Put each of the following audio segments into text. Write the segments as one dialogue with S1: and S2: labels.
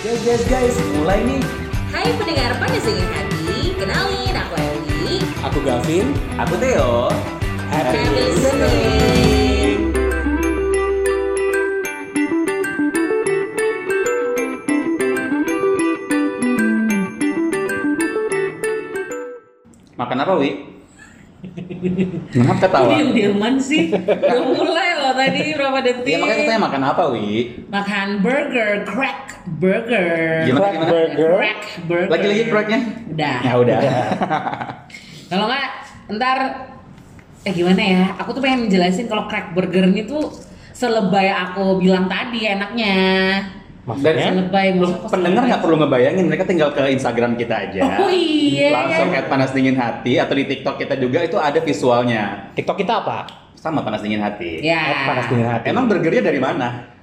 S1: Guys, guys, guys, mulai nih.
S2: Hai pendengar panas dengan hati, kenalin aku Eli.
S1: Aku Gavin, aku Theo.
S2: Happy listening.
S1: Makan apa, Wi? Kenapa ketawa?
S2: Diam diaman sih, udah mulai loh tadi berapa detik.
S1: Iya, makanya katanya makan apa, Wi?
S2: Makan burger, crack burger.
S1: Gimana, gimana?
S3: Burger.
S2: Crack burger.
S1: Lagi-lagi proyeknya?
S2: Udah.
S1: Ya udah.
S2: Kalau nggak, ntar eh gimana ya? Aku tuh pengen jelasin kalau crack burger ini tuh selebay aku bilang tadi enaknya. Ya?
S3: Maksudnya?
S2: Selebay
S1: Lu pendengar
S2: maksudnya selebay.
S1: nggak perlu ngebayangin, mereka tinggal ke Instagram kita aja.
S2: Oh iya.
S1: Langsung at panas dingin hati atau di TikTok kita juga itu ada visualnya.
S3: TikTok kita apa?
S1: Sama panas dingin hati.
S2: Ya.
S3: Eh, Panas dingin hati.
S1: Emang burgernya dari mana?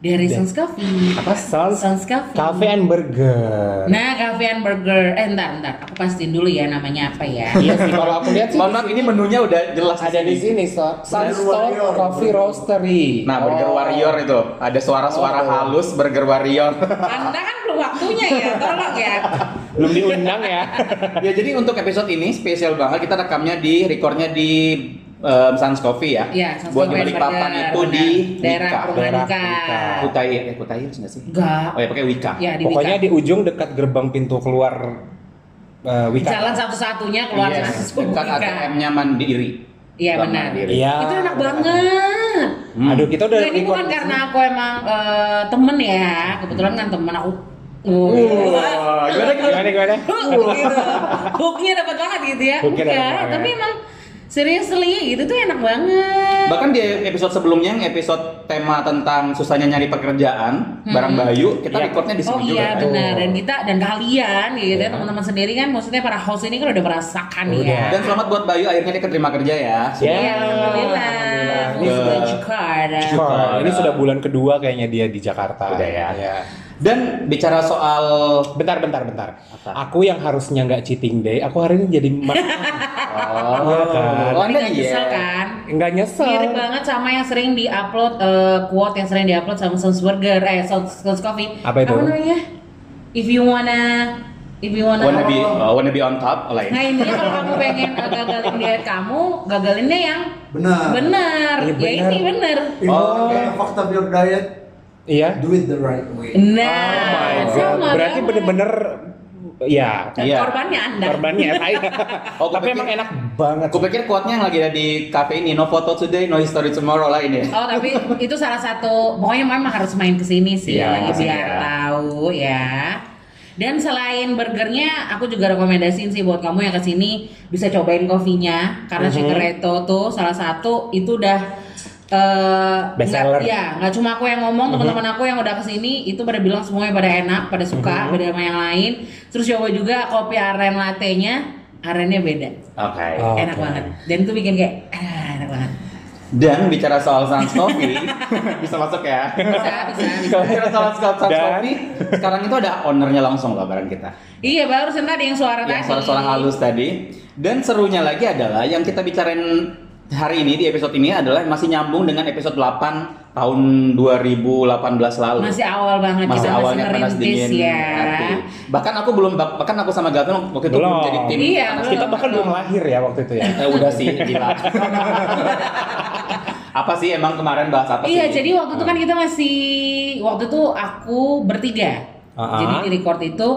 S2: Dari Sons Coffee.
S3: apa Sons
S2: Sons Coffee.
S3: Cafe and Burger?
S2: Nah, Cafe and Burger. Eh, ntar, ntar. Aku pastiin dulu ya namanya apa ya.
S3: iya sih kalau aku lihat sih
S1: Mohon maaf, ini menunya udah jelas
S3: ada di sini so, Sons
S4: Burger
S3: Stone
S4: Warrior.
S3: Coffee Roastery.
S1: Nah, Burger
S3: Oh.
S1: Warrior itu ada suara-suara
S3: Oh.
S1: halus Burger Warrior.
S2: Anda kan belum waktunya ya, tolong ya.
S3: belum diundang ya.
S1: ya jadi untuk episode ini spesial banget kita rekamnya di recordnya di um, Sans Coffee ya.
S2: Iya, Sons
S1: Buat di
S2: Coffee and
S1: Balikpapan
S2: Burger,
S1: itu
S2: benar.
S1: di
S2: daerah
S1: Wika.
S2: Perumahan
S3: daerah
S2: Nika.
S3: Wika.
S1: Kutai, eh Kutai harus nggak sih?
S2: Enggak.
S1: Oh ya pakai Wika.
S2: Ya, di
S3: Pokoknya
S2: Wika.
S3: di ujung dekat gerbang pintu keluar eh, Wika.
S2: Jalan satu-satunya keluar
S1: Yes.
S2: masuk
S1: Dekat
S2: Wika.
S1: ATM-nya Mandiri.
S2: Iya,
S1: Bank
S2: benar.
S1: Mandiri.
S3: Iya.
S2: Itu enak banget.
S1: Hmm.
S3: Aduh, kita udah
S2: Nah, ini bukan
S3: record-
S2: karena aku emang eh, temen ya. Kebetulan kan temen aku. Oh,
S1: Wah, gimana gimana?
S3: Gimana gimana?
S2: gitu. Hooknya dapat banget gitu ya.
S3: Hooknya dapat
S2: Enggak,
S3: banget.
S2: tapi emang seriously gitu tuh enak banget.
S1: Bahkan di episode sebelumnya yang episode tema tentang susahnya nyari pekerjaan, barang bayu, kita
S3: Iya.
S1: recordnya di sini
S2: Oh
S1: juga.
S2: Hmm. iya
S1: kan?
S2: benar dan kita dan kalian gitu ya teman-teman sendiri kan maksudnya para host ini kan udah merasakan ya.
S1: Dan selamat buat Bayu akhirnya dia keterima kerja ya.
S3: Ya,
S2: Iya, alhamdulillah.
S3: alhamdulillah.
S2: Ini
S1: Ini
S2: sudah
S1: sudah-
S2: Jakarta.
S3: Wah, ini sudah bulan kedua kayaknya dia di Jakarta.
S1: Udah ya.
S3: Iya.
S1: Dan bicara soal
S3: Bentar, bentar, bentar.
S1: Apa?
S3: Aku yang harusnya nggak cheating day, aku hari ini jadi ma- Iya kan?
S1: Oh,
S2: Tapi
S1: Anda
S2: nggak
S1: iya.
S2: kesel Ah. kan?
S3: nggak nyesel.
S2: Mirip banget sama yang sering diupload eh, quote yang sering diupload sama Sons Burger eh Sons, Sons Coffee.
S3: Apa itu?
S2: Apa namanya? If you wanna if you wanna,
S1: Wanna be uh, wanna be on top lah
S2: Nah
S1: ya.
S2: intinya kalau kamu pengen eh, gagalin diet kamu, gagalinnya yang
S4: Benar.
S2: benar.
S3: Iya,
S2: Ya
S3: benar.
S2: ini benar.
S4: If you
S1: Oh,
S4: want to
S1: okay.
S4: get fucked up your diet,
S3: Iya.
S4: do it the right way.
S2: Nah, sama
S3: Berarti
S2: banget.
S3: bener-bener ya
S1: Iya.
S2: Korbannya Anda.
S3: korbannya saya.
S1: Oh,
S3: Tapi
S1: kupikir-
S3: emang enak banget.
S1: Aku pikir kuatnya yang lagi ada di cafe ini, no photo today, no history tomorrow lah ini.
S2: Oh tapi itu salah satu pokoknya memang harus main ke sini sih
S1: Iya,
S2: lagi
S1: kesini
S2: biar
S1: ya.
S2: tahu ya. Dan selain burgernya, aku juga rekomendasiin sih buat kamu yang kesini bisa cobain kopinya
S3: Mhm.
S2: karena Segreto tuh salah satu itu udah eh
S3: Best
S2: nggak-
S3: seller. Mhm.
S2: Iya, nggak cuma aku yang ngomong, teman-teman aku yang udah kesini itu pada bilang semuanya pada enak, pada suka,
S3: Mhm.
S2: beda sama yang lain. Terus coba juga kopi aren latte-nya, arennya beda,
S1: Oke.
S3: Oh.
S2: enak
S3: Oke.
S2: banget. Dan itu bikin kayak ah, enak banget.
S1: Dan bicara soal Sans Coffee, bisa masuk ya.
S2: Bisa, bisa, bisa.
S1: bicara soal soal Sans
S3: Dan-
S1: Coffee, sekarang itu ada ownernya langsung loh barang kita.
S2: Iya barusan tadi yang suara
S1: yang
S2: tadi.
S1: suara-suara halus tadi. Dan serunya lagi adalah yang kita bicarain hari ini di episode ini adalah masih nyambung dengan episode 8 tahun 2018 lalu.
S2: Masih awal banget
S1: Masih
S2: kita
S1: awalnya
S2: masih
S1: panas
S2: merintis
S1: dingin
S2: ya.
S1: hati. Bahkan aku belum bahkan aku sama Gavin waktu itu belum,
S3: Belum.
S1: jadi tim.
S2: Iya,
S1: panas
S2: belum.
S3: Kita bahkan belum lahir ya waktu itu ya.
S1: Eh, udah sih gila. apa sih emang kemarin bahas apa
S2: Iya
S1: sih?
S2: jadi waktu itu kan
S1: Ah.
S2: kita masih waktu itu aku bertiga.
S3: Ah.
S2: Jadi di record itu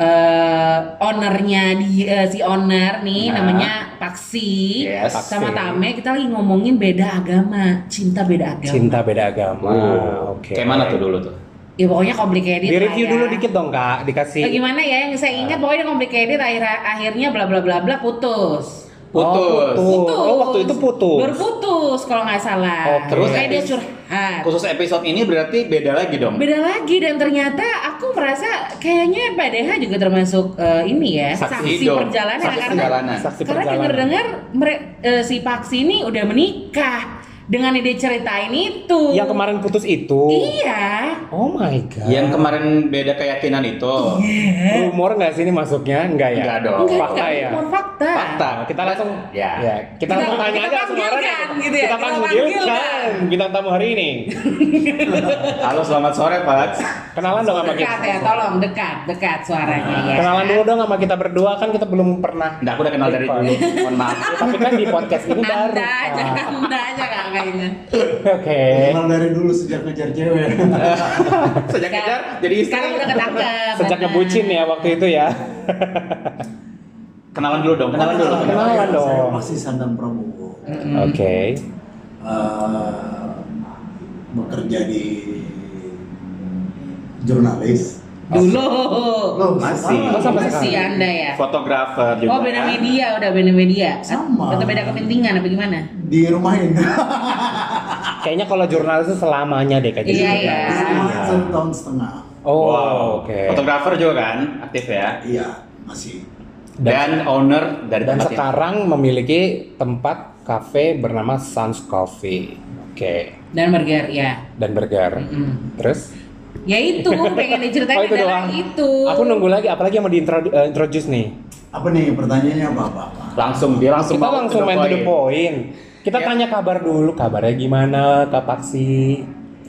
S2: eh ownernya di eh, si owner nih
S1: Nah.
S2: namanya Paksi
S1: Yes.
S2: sama
S3: Paksi.
S2: Tame kita lagi ngomongin beda agama cinta beda agama.
S3: Cinta beda agama.
S1: Wow,
S3: Oke.
S1: Kayak mana tuh dulu tuh?
S2: Ya pokoknya complicated.
S3: Di
S2: lah
S3: review
S2: ya.
S3: dulu dikit dong kak, dikasih.
S2: Eh, gimana ya yang saya ingat pokoknya complicated akhir akhirnya bla bla bla bla putus.
S1: Putus.
S3: Oh, putus. Oh, waktu itu putus. Oh,
S2: Baru putus kalau nggak salah. Terus
S3: Oke.
S1: Terus
S2: kayak dia
S1: habis-
S2: curhat.
S1: Khusus episode ini berarti beda lagi dong.
S2: Beda lagi dan ternyata aku merasa kayaknya PDH juga termasuk eh, ini ya saksi,
S1: dong.
S2: perjalanan ya,
S1: Saksi
S2: karena
S1: perjalanan.
S3: Saksi
S2: karena
S3: perjalanan.
S2: dengar-dengar mere- eh, si Paksi ini udah menikah dengan yang dia ceritain itu.
S3: Yang kemarin putus itu.
S2: Iya.
S3: Oh my god.
S1: Yang kemarin beda keyakinan itu.
S3: Iya. Rumor nggak sih ini masuknya? Enggak ya?
S1: Enggak dong.
S2: Enggak,
S3: Fakta
S2: enggak,
S3: ya.
S2: bukan fakta.
S1: Fakta.
S3: Nah, kita langsung
S1: Ya.
S3: kita langsung
S2: Kita-
S3: tanya
S2: kita
S3: aja langsung
S2: panggilkan,
S3: orang.
S2: gitu ya,
S3: Kita
S2: kita
S3: panggilkan
S2: panggilkan.
S3: bintang tamu hari ini.
S1: Halo selamat sore Pak.
S3: Kenalan dong sama kita.
S2: Dekat ya, tolong dekat, dekat suaranya ya.
S3: Ah, Kenalan dulu dong sama kita berdua kan kita belum pernah.
S1: Nah, aku udah kenal dari
S3: Iya,
S1: dulu. Mohon maaf.
S3: Tapi kan di podcast ini baru. Ah.
S2: Anda aja,
S3: Pak.
S2: Anda aja Kak, kayaknya.
S3: Oke.
S4: Kenal dari dulu sejak ngejar cewek.
S1: Sejak kejar jadi istri.
S2: Sekarang udah ketangkep.
S3: Sejak
S2: benar.
S3: ngebucin ya waktu itu ya.
S1: Kenalan dulu dong, kenalan dulu.
S3: Kenalan. dong.
S4: Saya masih Sandang Prabowo.
S2: Mm-mm.
S3: Oke.
S4: Eh, bekerja di jurnalis.
S2: Dulu.
S4: Loh,
S1: Masih.
S4: sekarang.
S3: Lo sama
S2: Masih
S3: sekarang.
S2: Anda ya.
S1: Iya. Fotografer juga.
S2: Oh beda
S1: kan?
S2: media, udah beda media.
S4: Sama.
S2: Atau beda kepentingan apa gimana?
S4: Di rumahin.
S3: Kayaknya kalau jurnalis itu selamanya deh kayak
S2: Iya,
S3: gitu.
S2: iya.
S1: Ya.
S4: Di rumahin satu tahun setengah.
S3: Oh,
S1: wow.
S3: oke.
S1: Fotografer juga kan, aktif ya.
S4: Iya, masih.
S1: Dan, owner dari
S3: Dan
S1: tempat ini.
S3: sekarang memiliki tempat kafe bernama Suns Coffee. Oke.
S2: Dan burger, ya.
S3: Dan burger.
S2: Mm.
S3: Terus?
S2: Ya itu, pengen diceritain
S3: Oh, itu
S2: adalah
S3: doang.
S2: itu.
S3: Aku nunggu lagi, apalagi yang mau diintroduce nih.
S4: Apa nih pertanyaannya apa apa?
S1: langsung dia langsung
S3: Kita
S1: bawa
S3: langsung
S1: ke
S3: main to the
S1: poin.
S3: point. Kita
S1: Ya.
S3: tanya kabar dulu, kabarnya gimana, Kak Paksi?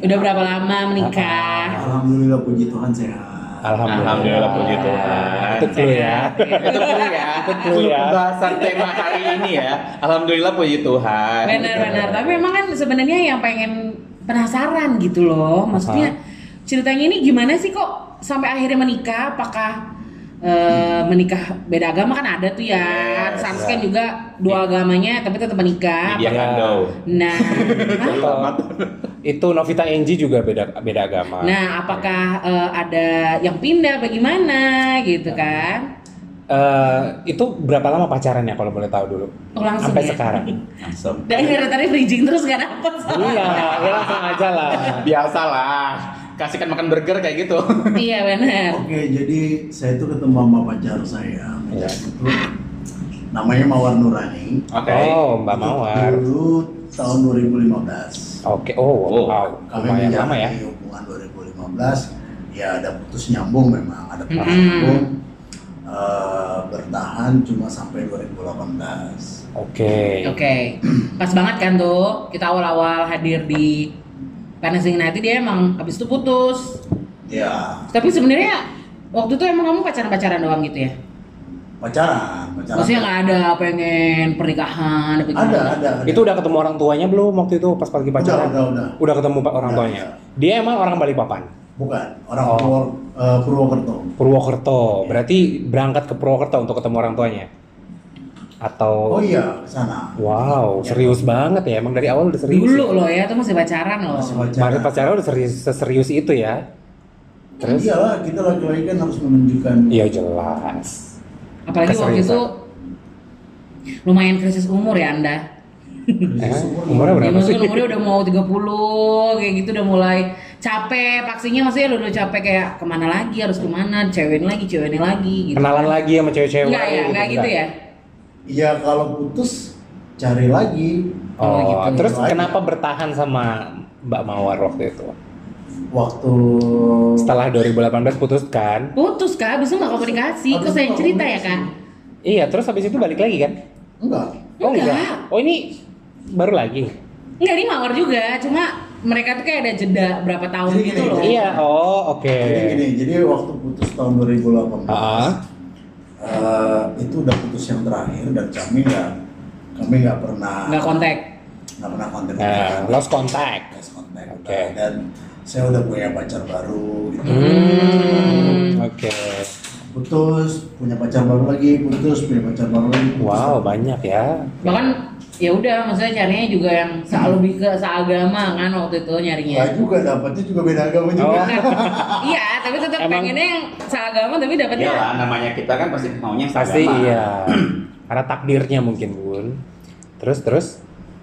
S2: Udah berapa lama menikah?
S4: Alhamdulillah puji Tuhan sehat.
S3: Alhamdulillah.
S1: Alhamdulillah, puji Tuhan.
S3: Itu clue ya.
S1: Itu clue ya. Itu
S3: clue ya.
S1: Pembahasan tema hari ini ya. Alhamdulillah puji Tuhan.
S2: Benar-benar. Tapi emang kan sebenarnya yang pengen penasaran gitu loh. Maksudnya ceritanya ini gimana sih kok sampai akhirnya menikah? Apakah eh, menikah beda agama kan ada tuh ya.
S1: Yes.
S2: Sans kan juga
S3: Iya.
S2: dua agamanya tapi tetap menikah.
S1: Media
S3: Ya.
S1: Kando.
S2: Nah, hah?
S3: Atau- itu Novita Enji juga beda beda agama.
S2: nah apakah eh, ada yang pindah bagaimana gitu kan?
S3: Eh, itu berapa lama pacarannya kalau boleh tahu dulu?
S2: Oh, langsung ya?
S3: Sampai sekarang.
S1: Langsung.
S2: Dan dari tadi bridging terus gak dapet
S3: iya, ya langsung aja lah.
S1: Biasalah. Kasihkan makan burger kayak gitu.
S2: Iya benar.
S4: Oke, jadi saya itu ketemu sama pacar saya.
S3: Iya.
S4: Itu namanya Mawar Nurani.
S1: Oke.
S3: Oh, Mbak Mawar.
S4: Dulu tahun 2015.
S3: Oke, oh,
S1: Oh.
S3: wow,
S4: Kami
S3: lumayan lama ya.
S4: menjalani hubungan 2015. Ya ada putus nyambung memang, ada putus
S2: Mm-mm.
S4: nyambung. Eh, bertahan cuma sampai 2018.
S3: Oke.
S2: Oke. Pas banget kan tuh kita awal-awal hadir di Panesing nanti dia emang habis itu putus.
S4: Ya
S2: Tapi sebenarnya waktu itu emang kamu pacaran-pacaran doang gitu ya?
S4: pacaran, pacaran.
S2: Maksudnya nggak ada pengen pernikahan, pengen
S4: ada, ada, ada.
S3: Itu udah ketemu orang tuanya belum waktu itu pas pagi pacaran?
S4: Udah, udah, udah.
S3: ketemu pak orang
S4: Udah,
S3: tuanya.
S4: udah.
S3: Dia emang orang Balikpapan,
S4: bukan orang
S3: Oh.
S4: Purwo- eh, Purwokerto.
S2: Iya.
S3: Purwokerto. Berarti berangkat ke Purwokerto untuk ketemu orang tuanya.
S4: Oh,
S3: Atau
S4: iya, ke sana.
S3: wow,
S4: Ya.
S3: serius banget ya. Emang dari awal udah serius.
S2: Iya. Dulu
S3: ya?
S2: loh ya, tuh masih pacaran loh.
S4: Masih
S3: Mari
S4: pacaran.
S3: pacaran udah serius seserius itu ya. Terus?
S2: Iya.
S4: Iyalah, kita laki-laki kan harus menunjukkan
S3: Iya jelas.
S2: Apalagi waktu
S3: Keseriusan.
S2: itu lumayan krisis umur ya Anda.
S3: Eh,
S4: syukur.
S3: umurnya
S2: Ya,
S3: berapa sih?
S2: maksudnya umurnya udah mau 30 kayak gitu udah mulai capek paksinya maksudnya udah, udah capek kayak kemana lagi harus kemana cewek ini lagi cewek ini lagi gitu
S3: Kenalan lagi sama cewek-cewek.
S2: enggak ya enggak gitu
S3: enggak?
S2: ya
S4: Iya, kalau putus cari lagi.
S3: Oh,
S2: Oh, gitu.
S3: terus
S4: Lagi.
S3: kenapa bertahan sama Mbak Mawar waktu itu?
S4: Waktu
S3: Setelah 2018 putus kan?
S2: putus kak abis itu nggak komunikasi
S4: Abis
S2: kok
S4: itu
S2: saya
S4: nggak
S2: cerita ya kak
S3: Iya, terus habis itu balik lagi kan?
S4: enggak.
S3: Oh
S2: Enggak.
S3: enggak. Oh ini baru lagi.
S2: enggak ini mawar juga cuma mereka tuh kayak ada jeda berapa tahun
S4: Jadi
S2: gitu
S4: gini,
S2: loh
S4: gini.
S3: Iya, oh oke.
S4: Jadi gini, jadi waktu putus tahun 2018
S3: Ah.
S4: eh, itu udah putus yang terakhir dan kami nggak kami nggak pernah
S2: nggak kontak
S4: nggak pernah konten
S3: Nah, lost contact.
S4: Yes, konten.
S3: Oke.
S4: dan saya udah punya pacar baru gitu.
S3: Hmm, oke.
S4: putus punya pacar baru lagi putus punya pacar baru lagi putus.
S3: Wow, banyak ya.
S2: bahkan ya udah maksudnya carinya juga yang se- lebih ke seagama kan waktu itu nyarinya
S4: Nggak Ah, juga dapatnya juga beda agama juga
S3: Oh,
S2: iya tapi tetap
S3: Emang-
S2: pengennya yang seagama tapi dapetnya
S1: Iyalah Iya namanya kita kan pasti maunya yang
S3: Iya. pasti
S1: seagama.
S3: iya. Karena takdirnya mungkin, Bun. Terus terus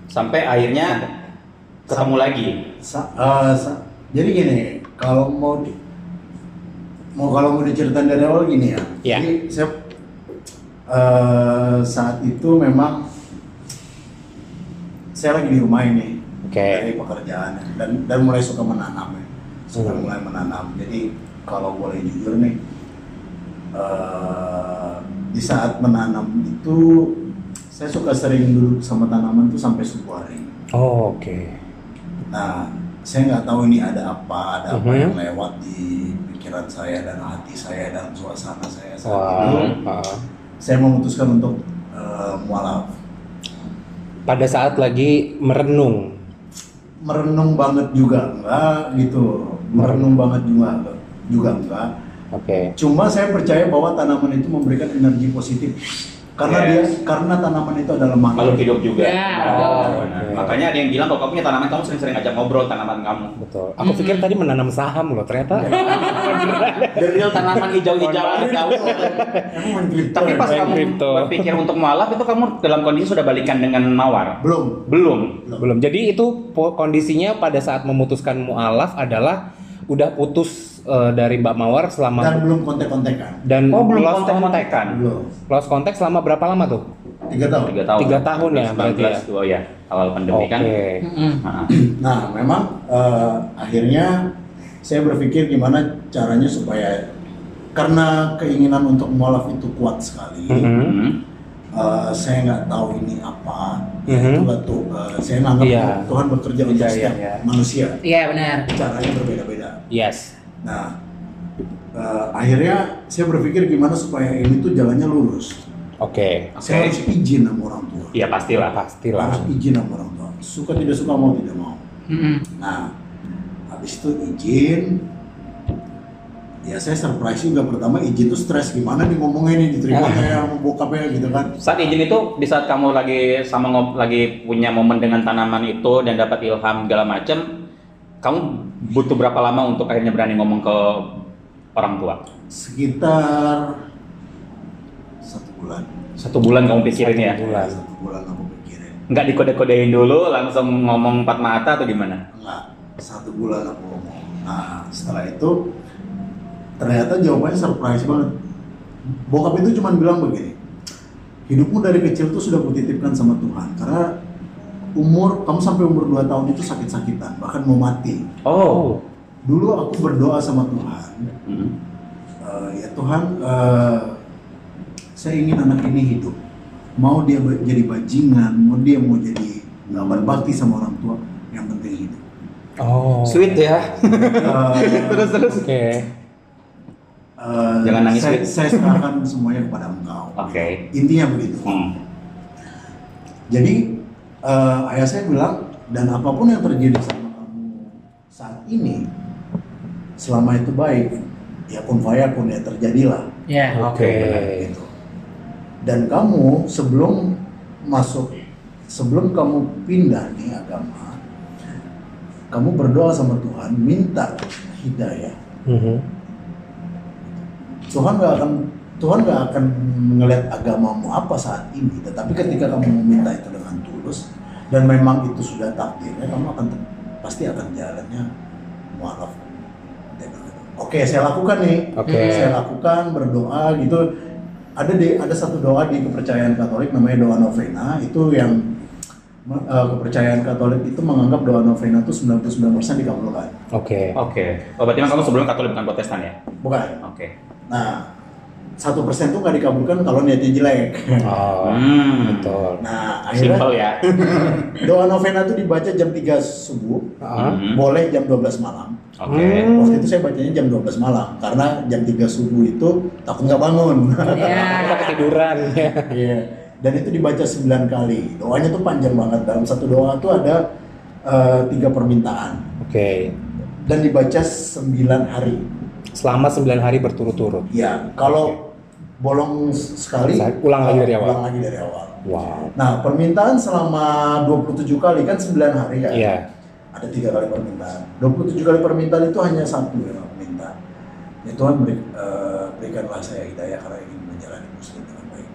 S1: Sampai akhirnya ketemu lagi.
S4: Sa- eh, sa- jadi gini kalau mau di- mau kalau mau diceritain dari awal gini ya
S3: Iya.
S4: jadi saya eh, saat itu memang saya lagi di rumah ini
S3: Oke.
S4: dari pekerjaan dan dan mulai suka menanam ya. sudah mulai menanam. Jadi kalau boleh jujur nih, eh, di saat menanam itu saya suka sering duduk sama tanaman tuh sampai subuh hari.
S3: Oh, oke.
S4: Nah, saya nggak tahu ini ada apa, ada apa
S3: Mhm.
S4: yang lewat di pikiran saya dan hati saya dan suasana saya saat itu.
S3: Wah. ah.
S4: Saya memutuskan untuk eh, mualaf.
S3: Pada saat lagi merenung.
S4: Merenung banget juga enggak gitu. Merenung banget juga juga enggak.
S3: Oke.
S4: Cuma saya percaya bahwa tanaman itu memberikan energi positif. Karena dia karena tanaman itu adalah
S1: makhluk
S4: makhluk.
S1: hidup juga.
S2: Ya,
S1: Oh,
S3: betul.
S1: benar. Makanya ada yang bilang kalau kamu punya tanaman kamu sering-sering ajak ngobrol tanaman kamu.
S3: Betul. Aku pikir tadi menanam saham loh, ternyata.
S1: Deril tanaman hijau-hijauan kamu.
S4: Emang main Twitter?
S1: Tapi pas
S3: Main
S1: kamu
S3: kripto.
S1: berpikir untuk mualaf itu kamu dalam kondisi sudah balikan dengan mawar.
S4: belum.
S1: Belum.
S3: Belum. Jadi itu po- kondisinya pada saat memutuskan mualaf adalah udah putus eh, dari Mbak Mawar selama
S4: Dan belum kontek-kontekan.
S3: dan
S1: Oh, belum
S3: lost
S1: kontak-kontakan.
S4: Belum.
S3: Lost contact selama berapa lama tuh?
S4: Tiga tahun.
S1: Tiga tahun.
S3: Tiga tahun ya, berarti ya.
S1: 19 tuh, oh ya, awal pandemi kan.
S2: Mm-mm.
S1: Ah,
S4: Nah, memang eh, akhirnya saya berpikir gimana caranya supaya karena keinginan untuk mualaf itu kuat sekali.
S3: Mhm.
S1: mhm.
S4: eh, saya nggak tahu ini apa. Ya,
S3: Mhm.
S4: Itu tuh eh, saya nganggap
S3: Iya.
S4: Tuhan bekerja untuk
S3: Iya, iya,
S4: setiap
S3: iya.
S4: manusia.
S2: Iya benar.
S4: Caranya berbeda-beda.
S3: Yes.
S4: Nah, eh, akhirnya saya berpikir gimana supaya ini tuh jalannya lurus.
S3: Oke.
S4: Saya harus izin sama orang tua.
S1: Iya pastilah.
S3: Ah, Pastilah.
S4: Harus izin sama orang tua. Suka tidak suka mau tidak mau.
S2: Mm-mm.
S4: Nah, habis itu izin, ya saya surprise juga pertama izin tuh stres gimana nih ngomongnya nih diterima kayak sama bokapnya gitu kan.
S1: Saat izin itu di saat kamu lagi sama ngob- lagi punya momen dengan tanaman itu dan dapat ilham segala macam, kamu butuh berapa lama untuk akhirnya berani ngomong ke orang tua?
S4: Sekitar satu bulan,
S1: Satu bulan kamu pikirin ya?
S3: Bulan.
S4: satu bulan aku pikirin.
S1: Nggak dikode-kodein dulu, langsung ngomong empat mata atau gimana?
S4: Enggak, satu bulan aku ngomong. Nah, setelah itu ternyata jawabannya surprise banget. Bokap itu cuma bilang begini, hidupmu dari kecil tuh sudah kutitipkan sama Tuhan karena umur kamu sampai umur 2 tahun itu sakit-sakitan bahkan mau mati
S3: Oh.
S4: dulu aku berdoa sama Tuhan
S1: Mhm.
S4: "Eh, ya Tuhan eh, saya ingin anak ini hidup mau dia ba- jadi bajingan mau dia mau jadi nggak berbakti sama orang tua yang penting hidup
S3: Oh.
S1: Sweet ya.
S4: Eh,
S1: terus terus.
S3: Oke.
S4: Eh,
S1: Jangan nangis,
S4: saya,
S1: Wid.
S4: saya serahkan semuanya kepada engkau
S1: Oke.
S4: intinya begitu
S1: Hmm.
S4: jadi eh, ayah saya bilang dan apapun yang terjadi sama kamu saat ini selama itu baik ya kun fayakun ya terjadilah
S2: Iya.
S1: Oke.
S4: gitu. dan kamu sebelum masuk sebelum kamu pindah nih agama kamu berdoa sama Tuhan minta hidayah
S3: Mhm.
S4: Tuhan nggak akan Tuhan nggak akan melihat agamamu apa saat ini, tetapi ketika kamu meminta itu dengan tulus dan memang itu sudah takdirnya, kamu akan te- pasti akan jalannya mualaf. Dia berkata, Oke, saya lakukan nih.
S3: Oke.
S4: Saya lakukan berdoa gitu. Ada di ada satu doa di kepercayaan Katolik namanya doa novena itu yang me- eh, kepercayaan Katolik itu menganggap doa novena itu 99% dikabulkan.
S3: Oke.
S1: Oke. Oh berarti emang kamu sebelum Katolik bukan Protestan ya?
S4: Bukan.
S1: Oke.
S4: Nah, satu persen tuh nggak dikabulkan kalau niatnya jelek.
S3: Oh.
S1: Hmm.
S3: Betul.
S4: Nah, akhirnya
S1: Simple ya.
S4: doa novena tuh dibaca jam 3 subuh,
S3: Ah.
S1: Mhm.
S4: boleh jam 12 malam.
S1: Oke.
S3: Hmm.
S4: Waktu itu saya bacanya jam 12 malam karena jam 3 subuh itu takut nggak bangun.
S3: Kita
S2: Iya.
S3: ketiduran ya.
S4: Iya. Dan itu dibaca 9 kali. Doanya tuh panjang banget. Dalam satu doa tuh ada eh, tiga permintaan
S3: Oke.
S4: dan dibaca 9 hari.
S3: Selama 9 hari berturut-turut.
S4: Ya, kalau bolong sekali eh,
S3: Sa- ulang lagi dari awal.
S4: Ulang lagi dari awal.
S3: Wow.
S4: Nah, permintaan selama 27 kali kan 9 hari kan?
S3: Iya.
S4: Ada tiga kali permintaan. 27 kali permintaan itu hanya satu yang aku minta. Ya Tuhan beri- eh, berikanlah saya hidayah karena ingin menjalani muslim dengan baik.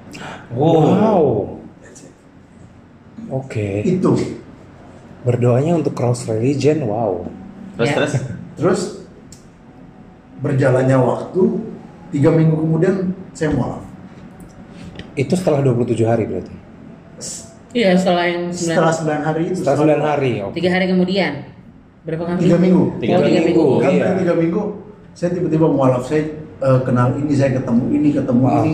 S3: Wow.
S4: That's it.
S3: Oke.
S4: Itu.
S3: Berdoanya untuk cross religion. Wow.
S1: Terus
S2: Ya.
S1: terus.
S4: Terus berjalannya waktu tiga minggu kemudian saya mualaf.
S3: Itu setelah 27 hari berarti.
S4: S-
S2: Iya setelah yang sembilan.
S4: Setelah 9 hari itu
S3: Setelah 9 hari. Oke.
S2: Tiga hari kemudian. Berapa kali?
S4: tiga minggu
S1: Tiga
S2: Oh, tiga minggu.
S1: minggu.
S4: Kan
S3: Iya.
S4: dari tiga minggu saya tiba-tiba mualaf saya eh, kenal ini saya ketemu ini ketemu
S3: Wow.
S4: ini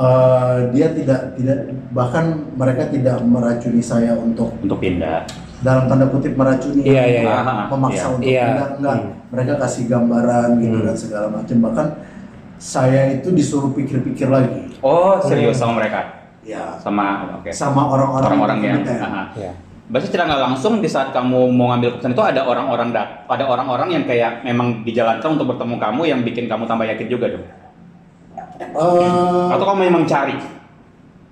S4: Eh, dia tidak tidak bahkan mereka tidak meracuni saya untuk
S1: untuk pindah.
S4: dalam tanda kutip meracuni
S3: Iya, iya, iya.
S1: Iya.
S4: memaksa untuk
S3: Iya.
S4: pindah enggak
S3: Hmm.
S4: mereka kasih gambaran gitu
S3: Hmm.
S4: dan segala macam bahkan saya itu disuruh pikir-pikir lagi
S1: Oh, serius sama mereka?
S4: ya
S1: Sama oke.
S4: sama orang-orang
S1: Orang-orang
S4: di
S1: yang.
S4: UTM.
S1: aha.
S3: Iya.
S1: Berarti secara nggak langsung di saat kamu mau ngambil keputusan itu ada orang-orang dat, ada orang-orang yang kayak memang dijalankan untuk bertemu kamu yang bikin kamu tambah yakin juga dong.
S4: Eh,
S1: Atau kamu memang cari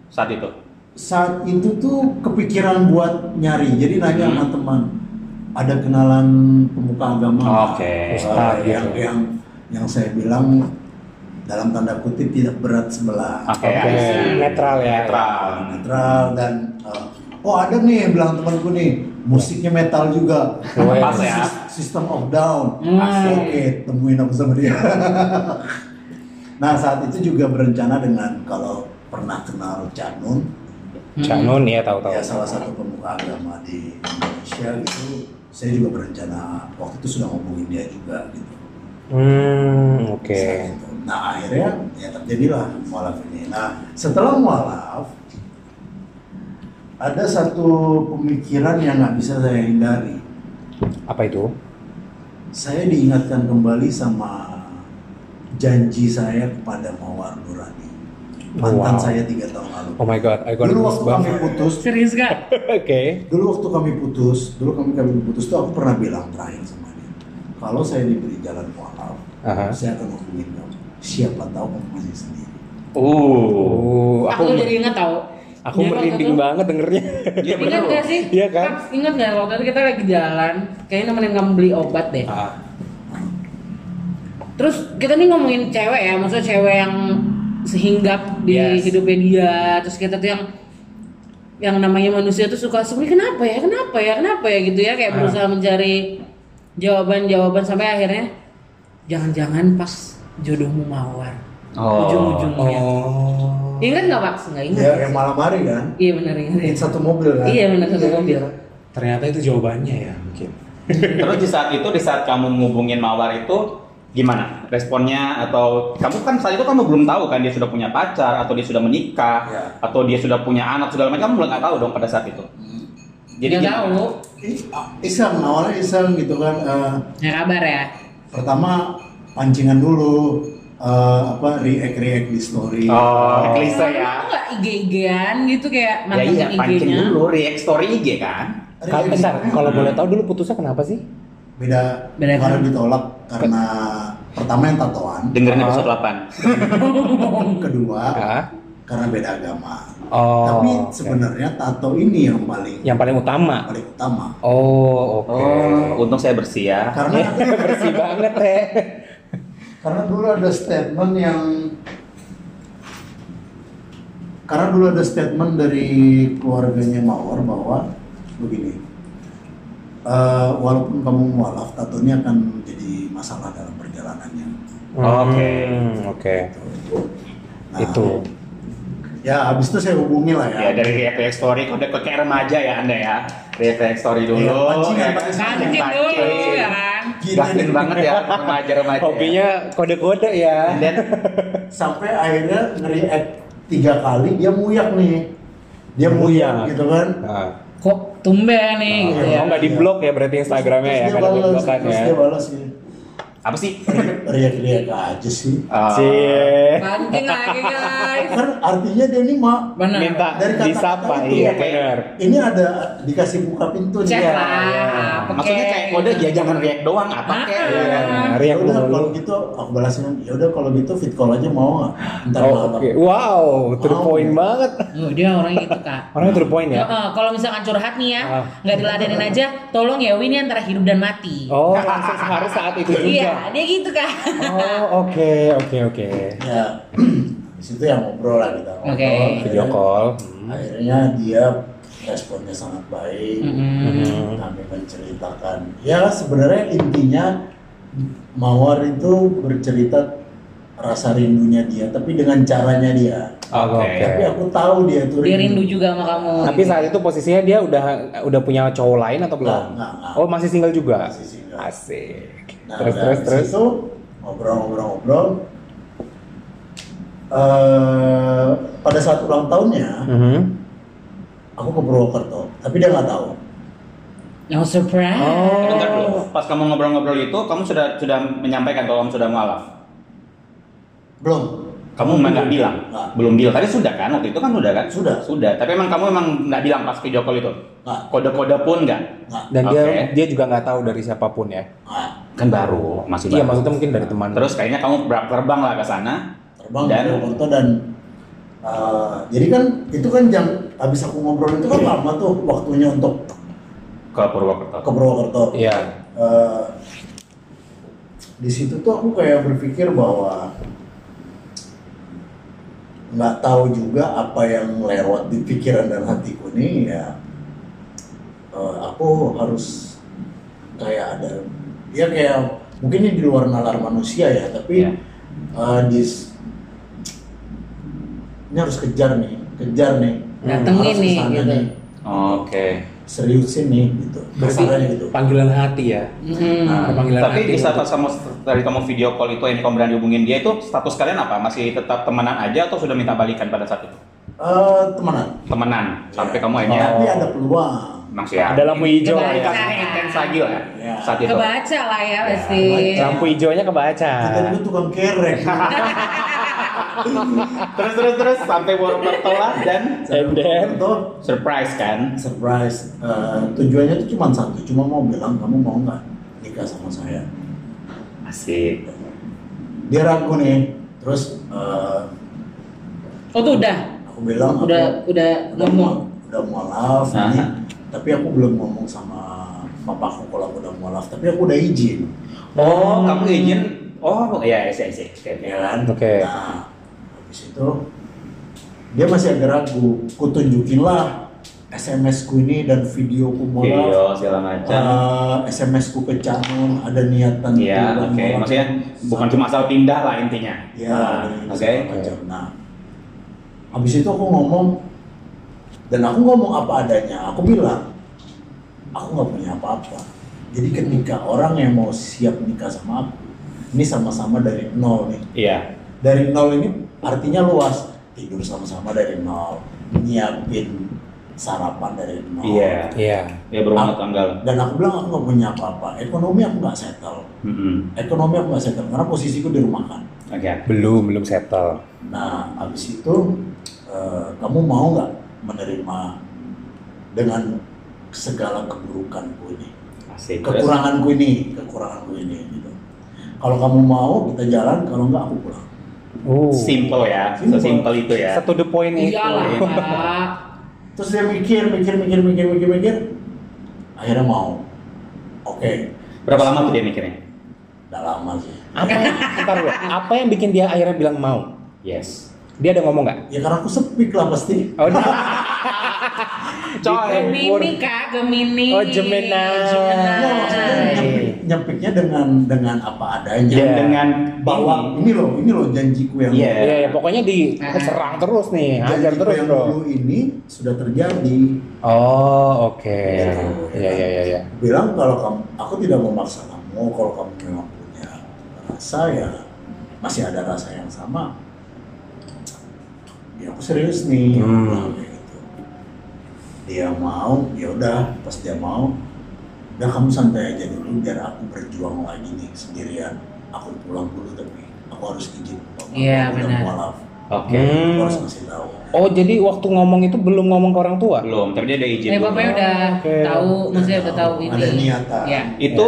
S1: saat itu?
S4: saat itu tuh kepikiran buat nyari jadi
S1: Hmm.
S4: nanya sama teman ada kenalan pemuka agama nggak?
S1: Oke.
S4: Eh,
S3: Ustaz
S4: yang
S3: gitu.
S4: yang yang saya bilang dalam tanda kutip tidak berat sebelah
S1: Oke.
S3: Oke,
S1: I see.
S3: netral ya.
S1: Netral.
S4: netral dan eh, oh ada nih bilang temanku nih musiknya metal juga
S3: Wes.
S1: Pas ya.
S4: System of Down
S2: Hmm.
S4: Asik. oke temuin aku sama dia nah saat itu juga berencana dengan kalau pernah kenal Canun
S3: Canun ya tahu-tahu.
S4: ya salah satu pemuka agama di Indonesia gitu saya juga berencana waktu itu sudah ngomongin dia juga gitu
S3: Hmm, oke.
S4: Saat itu. nah akhirnya ya terjadilah mualaf ini nah setelah mualaf ada satu pemikiran yang nggak bisa saya hindari
S3: Apa itu?
S4: saya diingatkan kembali sama janji saya kepada Mawar Nurani
S3: Wow.
S4: mantan saya tiga tahun lalu
S3: Oh my god, I got
S4: dulu waktu
S3: goosebumps.
S4: kami putus
S2: Serius gak?
S3: Oke.
S4: dulu waktu kami putus dulu kami kami putus tuh aku pernah bilang terakhir sama dia kalau saya diberi jalan mualaf
S3: Aha.
S4: saya akan hubungin kamu siapa tahu kamu masih sendiri
S1: Uh.
S3: Uh,
S2: Aku,
S3: aku
S2: tuh jadi Iya, inget tau.
S3: aku merinding banget dengernya.
S1: Iya
S2: Ingat
S1: bener
S2: gak sih?
S3: Iya kan?
S2: Kak, Ingat gak waktu itu kita lagi jalan, kayaknya nemenin kamu beli obat deh.
S3: Iya.
S1: Ah,
S2: Terus kita nih ngomongin cewek ya, maksudnya cewek yang sehinggap di
S3: Yes.
S2: hidupnya dia. Terus kita tuh yang yang namanya manusia tuh suka sebenarnya kenapa ya, kenapa ya, kenapa ya gitu ya kayak
S3: Ah.
S2: berusaha mencari jawaban-jawaban sampai akhirnya jangan-jangan pas jodohmu mawar
S1: Oh. Iya,
S2: ujung-ujungnya.
S3: Oh.
S2: Ingat nggak pak? Nggak ingat.
S4: ya yang malam hari kan
S2: Iya benar ingat.
S4: Ini satu mobil kan
S2: Iya, benar, satu mobil.
S3: Ternyata itu jawabannya ya mungkin.
S1: Terus di saat itu, di saat kamu ngubungin Mawar itu gimana responnya atau kamu kan saat itu kamu belum tahu kan dia sudah punya pacar atau dia sudah menikah
S4: Iya.
S1: atau dia sudah punya anak segala macam kamu nggak tahu dong pada saat itu. Jadi
S2: Jadi
S1: gimana?
S2: tahu.
S4: Ih, ah, iseng awalnya iseng gitu kan Eh,
S2: Ya kabar ya.
S4: pertama pancingan dulu eh, apa react react di story
S1: Oh, klise ya.
S2: Kenapa nggak IG-IGan gitu
S1: Ya
S2: kayak mantengin
S1: iya, pancing
S2: IG-nya?
S1: dulu react story IG kan.
S3: Kalau
S4: React di
S3: bentar,
S4: story.
S3: kalau boleh tahu dulu putusnya kenapa sih?
S4: beda
S2: Beda
S4: karena
S2: kan?
S4: ditolak karena pertama yang tatoan
S1: Dengerin
S3: Ah.
S1: episode
S2: Oh.
S1: 8.
S4: kedua
S3: Ah.
S4: karena beda agama
S3: Oh.
S4: tapi
S3: oke.
S4: sebenarnya tato ini yang paling
S3: yang paling utama.
S4: paling utama
S3: Oh, oke.
S1: Oh, untung saya bersih ya.
S4: karena
S3: Bersih banget, Teh.
S4: karena dulu ada statement yang karena dulu ada statement dari keluarganya Mawar bahwa begini "Eh, walaupun kamu mualaf tato ini akan jadi masalah dalam perjalanannya
S1: Oke.
S3: Hmm, Oke.
S4: Nah,
S3: Itu.
S4: ya habis itu saya hubungi lah
S1: Ya
S4: ya,
S1: dari react react story kode ke kayak remaja ya Anda ya. React react story dulu.
S4: Iya, pancingan,
S1: ya kan?
S4: pancingan.
S2: Pancing dulu
S1: Pancing.
S2: ya kan.
S4: Gila
S1: Gasin
S4: nih.
S1: banget ya remaja remaja.
S3: Hobinya kode-kode ya.
S1: Dan
S4: sampai akhirnya nge-react tiga kali dia muyak nih dia muyak
S3: Muyak.
S4: gitu kan
S3: Nah.
S2: Kok tumben nih
S4: Ah,
S2: gitu ya.
S3: Oh nggak di blok ya berarti Instagramnya ya
S4: terus
S3: nggak
S4: dia
S3: ada
S4: balas
S3: blokan
S4: terus
S3: ya.
S4: dia balas gitu
S1: apa sih?
S4: riak-riak aja sih
S1: Ah,
S3: Cie.
S2: Pancing lagi guys.
S4: kan artinya dia nih mau
S2: Benar.
S3: Minta
S4: Dari kata-kata
S3: disapa
S4: itu. ya,
S3: iya benar. Iya,
S4: ini ada dikasih buka pintu ya.
S2: Cek
S4: dia.
S2: lah. apa gitu?
S1: Maksudnya kayak kode ya jangan react doang apa kayak
S2: Ah.
S1: ya kan?
S3: Nah,
S4: Ya
S3: Riak
S4: udah
S3: dulu.
S4: kalau gitu aku balasin ya udah kalau gitu fit call aja mau nggak? Ntar
S3: Oh,
S4: malam.
S3: oke. Wow, to the
S4: Wow.
S3: point banget.
S2: Yo, dia orang gitu kak.
S3: Orangnya to the point ya.
S2: Heeh, kalau misalkan curhat nih ya,
S3: Ah.
S2: nggak diladenin aja, tolong ya Win ini antara hidup dan mati.
S3: Oh, langsung harus saat itu juga.
S2: Iya, dia gitu kak.
S3: Oh, oke, oke, oke.
S4: Ya di situ yang ngobrol lah kita. ngobrol.
S2: Oke.
S3: Video call.
S4: Hmm. Akhirnya dia responnya sangat baik.
S2: Mm-mm.
S3: Hmm.
S4: Kami menceritakan. Ya sebenarnya intinya Mawar itu bercerita rasa rindunya dia, tapi dengan caranya dia.
S1: Oke.
S4: Tapi aku tahu dia itu
S2: Dia rindu juga sama kamu.
S3: Tapi saat itu posisinya dia udah udah punya cowok lain atau belum?
S4: Nggak, nggak, nggak.
S3: Oh masih single juga.
S4: Masih single.
S3: Asik.
S4: Nah,
S3: terus
S4: udah
S3: terus
S4: habis
S3: terus.
S4: itu ngobrol-ngobrol-ngobrol. Eh, pada saat ulang tahunnya,
S3: Mhm.
S4: aku ke Purwokerto, tapi dia nggak tahu.
S2: No surprise.
S3: Oh.
S1: Bentar dulu. Pas kamu ngobrol-ngobrol itu, kamu sudah sudah menyampaikan kalau kamu sudah mualaf.
S4: Belum.
S1: Kamu emang nggak bilang,
S4: Nggak.
S1: belum bilang. Tadi sudah kan? Waktu itu kan sudah kan?
S4: Sudah.
S1: Sudah. Tapi emang kamu emang nggak bilang pas video call itu.
S4: Nggak,
S1: Kode-kode pun nggak.
S4: nggak,
S3: Dan dia
S1: Oke.
S3: dia juga nggak tahu dari siapapun ya.
S4: nggak.
S1: Kan baru, masih
S3: Iya
S1: baru.
S3: maksudnya mungkin dari teman.
S1: Terus kayaknya kamu ber- terbang lah ke sana.
S4: Terbang ke
S1: Dan-
S4: Purwokerto dan eh, jadi kan itu kan jam habis aku ngobrol itu kan lama tuh waktunya untuk
S1: ke Purwokerto.
S4: ke Purwokerto.
S3: Iya.
S4: Eh, di situ tuh aku kayak berpikir bahwa nggak tahu juga apa yang lewat di pikiran dan hatiku nih ya eh, aku harus kayak ada ya kayak mungkin ini di luar nalar manusia ya tapi
S1: Iya.
S4: eh, di ini harus kejar nih kejar nih Hmm,
S2: Datengin
S4: harus
S2: nih,
S4: kesana
S2: gitu.
S1: Oke.
S4: seriusin nih gitu
S3: Berarti
S4: kasarnya gitu
S3: panggilan hati ya.
S2: Mm-mm.
S1: Nah,
S3: Panggilan gitu.
S1: tapi
S3: hati
S1: di saat
S3: untuk-
S1: sama dari kamu video call itu yang kamu berani hubungin dia itu status kalian apa? Masih tetap temenan aja atau sudah minta balikan pada saat itu?
S4: Eh, temenan
S1: Temenan sampai
S4: Ya.
S1: kamu akhirnya
S4: tapi ada peluang
S1: Maksudnya ya.
S3: Oh. Ada lampu hijau. Iya.
S2: Kebaca.
S1: Intens- intens lagi lah
S4: Ya.
S1: saat itu.
S2: Kebaca lah ya pasti.
S3: Lampu hijaunya kebaca.
S4: kita dulu tukang kerek
S1: Terus terus terus sampai Purwokerto lah dan
S3: And then-
S4: Tuh,
S1: surprise kan?
S4: surprise Eh, tujuannya tuh cuma satu cuma mau bilang kamu mau nggak nikah sama saya
S1: Asik.
S4: dia ragu nih terus eh,
S2: Oh tuh udah,
S4: aku bilang
S2: udah
S4: aku
S2: udah
S4: udah
S2: ngomong.
S4: mau udah mualaf
S1: Nah.
S4: nih tapi aku belum ngomong sama papaku kalau aku udah mualaf tapi aku udah izin
S1: Oh, kamu izin Oh, iya, iya, iya, iya, iya.
S4: ya kan
S3: Oke.
S4: nah habis itu dia masih agak ragu ku tunjukin lah SMS ku ini dan video ku mualaf
S1: Video segala macam.
S4: Eh, SMS ku ke Canon ada niatan gitu
S1: Iya,
S4: tujuan
S1: oke.
S4: mau-
S1: Maksudnya bukan cuma asal pindah lah intinya.
S4: ya
S1: Nah,
S4: dan
S1: oke.
S4: segala macam. nah habis itu aku ngomong dan aku ngomong apa adanya aku bilang aku nggak punya apa-apa jadi ketika orang yang mau siap nikah sama aku ini sama-sama dari nol nih
S1: Iya.
S4: dari nol ini artinya luas tidur sama-sama dari nol nyiapin sarapan dari nol
S1: Iya.
S3: Iya.
S1: Ya berumah tangga lah.
S4: dan aku bilang aku nggak punya apa-apa ekonomi aku nggak settle
S1: Mm-mm.
S4: ekonomi aku nggak settle karena posisiku dirumahkan
S1: Oke.
S3: Belum belum settle.
S4: Nah, habis itu eh, kamu mau nggak menerima dengan segala keburukanku ini,
S1: Asik. Terus
S4: kekuranganku ini, kekuranganku ini gitu. Kalau kamu mau kita jalan, kalau nggak aku pulang.
S3: Oh.
S1: simple ya.
S4: Simple.
S1: Sesimpel itu ya.
S3: Satu the point itu.
S2: Iyalah, Pak.
S4: Terus dia mikir, mikir, mikir, mikir, mikir, mikir. Akhirnya mau. Oke,
S1: Berapa lama tuh dia mikirnya?
S4: udah lama sih.
S3: Apa yang, bentar dulu. Apa yang bikin dia akhirnya bilang mau?
S1: Yes.
S3: Dia ada ngomong nggak?
S4: Ya karena aku sepik lah pasti.
S3: Oh, dia- Coy,
S2: Oh, Gemini kak, Gemini.
S3: Iya. Oh, Gemini.
S4: Ya, maksudnya
S3: Hai.
S4: nyepik, nyepiknya dengan dengan apa adanya.
S1: Yang
S3: Iya.
S1: dengan
S4: Bahwa ini loh, ini loh janjiku yang
S1: Iya.
S3: Iya, ya, pokoknya
S2: Ah.
S3: diserang terus nih, hajar
S4: Janjiku
S3: terus
S4: yang
S3: bro.
S4: dulu ini sudah terjadi.
S3: Oh, oke.
S1: Iya.
S3: Iya, iya, iya, iya.
S4: Bilang kalau kamu, aku tidak memaksa kamu. Kalau kamu memang punya rasa ya masih ada rasa yang sama. Ya aku serius nih.
S3: Hmm.
S4: Nah, kayak gitu. Dia mau, ya udah. Pas dia mau, udah kamu santai aja dulu biar aku berjuang lagi nih sendirian. Aku pulang dulu tapi aku harus izin. Bapak.
S2: Iya,
S4: Aku udah
S2: benar.
S4: mualaf.
S1: Oke.
S4: Aku
S3: Hmm.
S4: harus ngasih tahu.
S3: Oh, jadi waktu ngomong itu belum ngomong ke orang tua?
S1: Belum, tapi dia ada izin.
S2: Ya
S1: dulu.
S2: bapaknya udah
S3: Oke.
S2: tahu, maksudnya udah tahu ini.
S4: Iya, Ada ah. niatan.
S2: Iya.
S1: Itu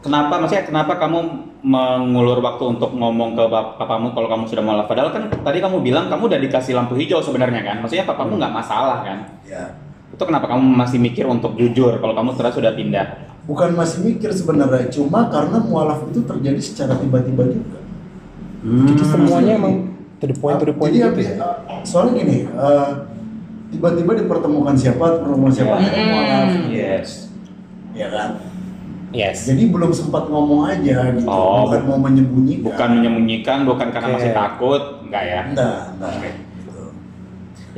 S1: kenapa maksudnya kenapa kamu mengulur waktu untuk ngomong ke bap- papamu kalau kamu sudah malah padahal kan tadi kamu bilang kamu udah dikasih lampu hijau sebenarnya kan maksudnya papamu nggak masalah kan
S4: Ya.
S1: itu kenapa kamu masih mikir untuk jujur kalau kamu setelah sudah pindah
S4: bukan masih mikir sebenarnya cuma karena mualaf itu terjadi secara tiba-tiba juga
S3: Jadi semuanya
S4: Hmm.
S3: emang to the point, to the point
S4: jadi
S3: gitu
S4: habis-
S3: ya?
S4: uh, soalnya gini uh, tiba-tiba dipertemukan siapa pertemuan
S2: Iya.
S4: siapa
S1: Ya.
S4: yeah. mualaf
S2: Hmm.
S1: yes
S4: ya kan
S3: Yes.
S4: Jadi belum sempat ngomong aja gitu,
S1: Oh,
S4: bukan mau menyembunyikan.
S1: Bukan menyembunyikan, bukan karena
S3: Oke.
S1: masih takut, enggak ya.
S4: Enggak, enggak.
S1: Oke.
S4: Gitu.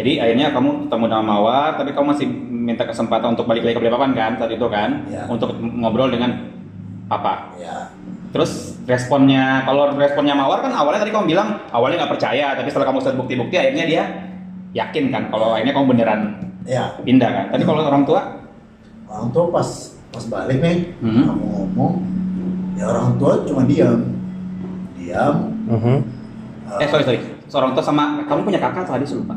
S1: Jadi akhirnya kamu ketemu dengan Mawar, tapi kamu masih minta kesempatan untuk balik lagi ke Balikpapan kan saat itu kan,
S4: Iya.
S1: untuk ngobrol dengan apa?
S4: Ya,
S1: Terus responnya, kalau responnya Mawar kan awalnya tadi kamu bilang awalnya nggak percaya, tapi setelah kamu lihat bukti-bukti akhirnya dia yakin kan kalau akhirnya kamu beneran
S4: ya.
S1: pindah kan. Tapi kalau orang tua,
S4: Orang tua pas pas balik nih,
S3: Mm-hmm.
S1: Hmm.
S4: kamu ngomong, ya orang tua cuma diam, diam.
S3: Mhm.
S4: eh,
S1: eh sorry sorry, seorang tua sama kamu punya kakak tadi saya lupa.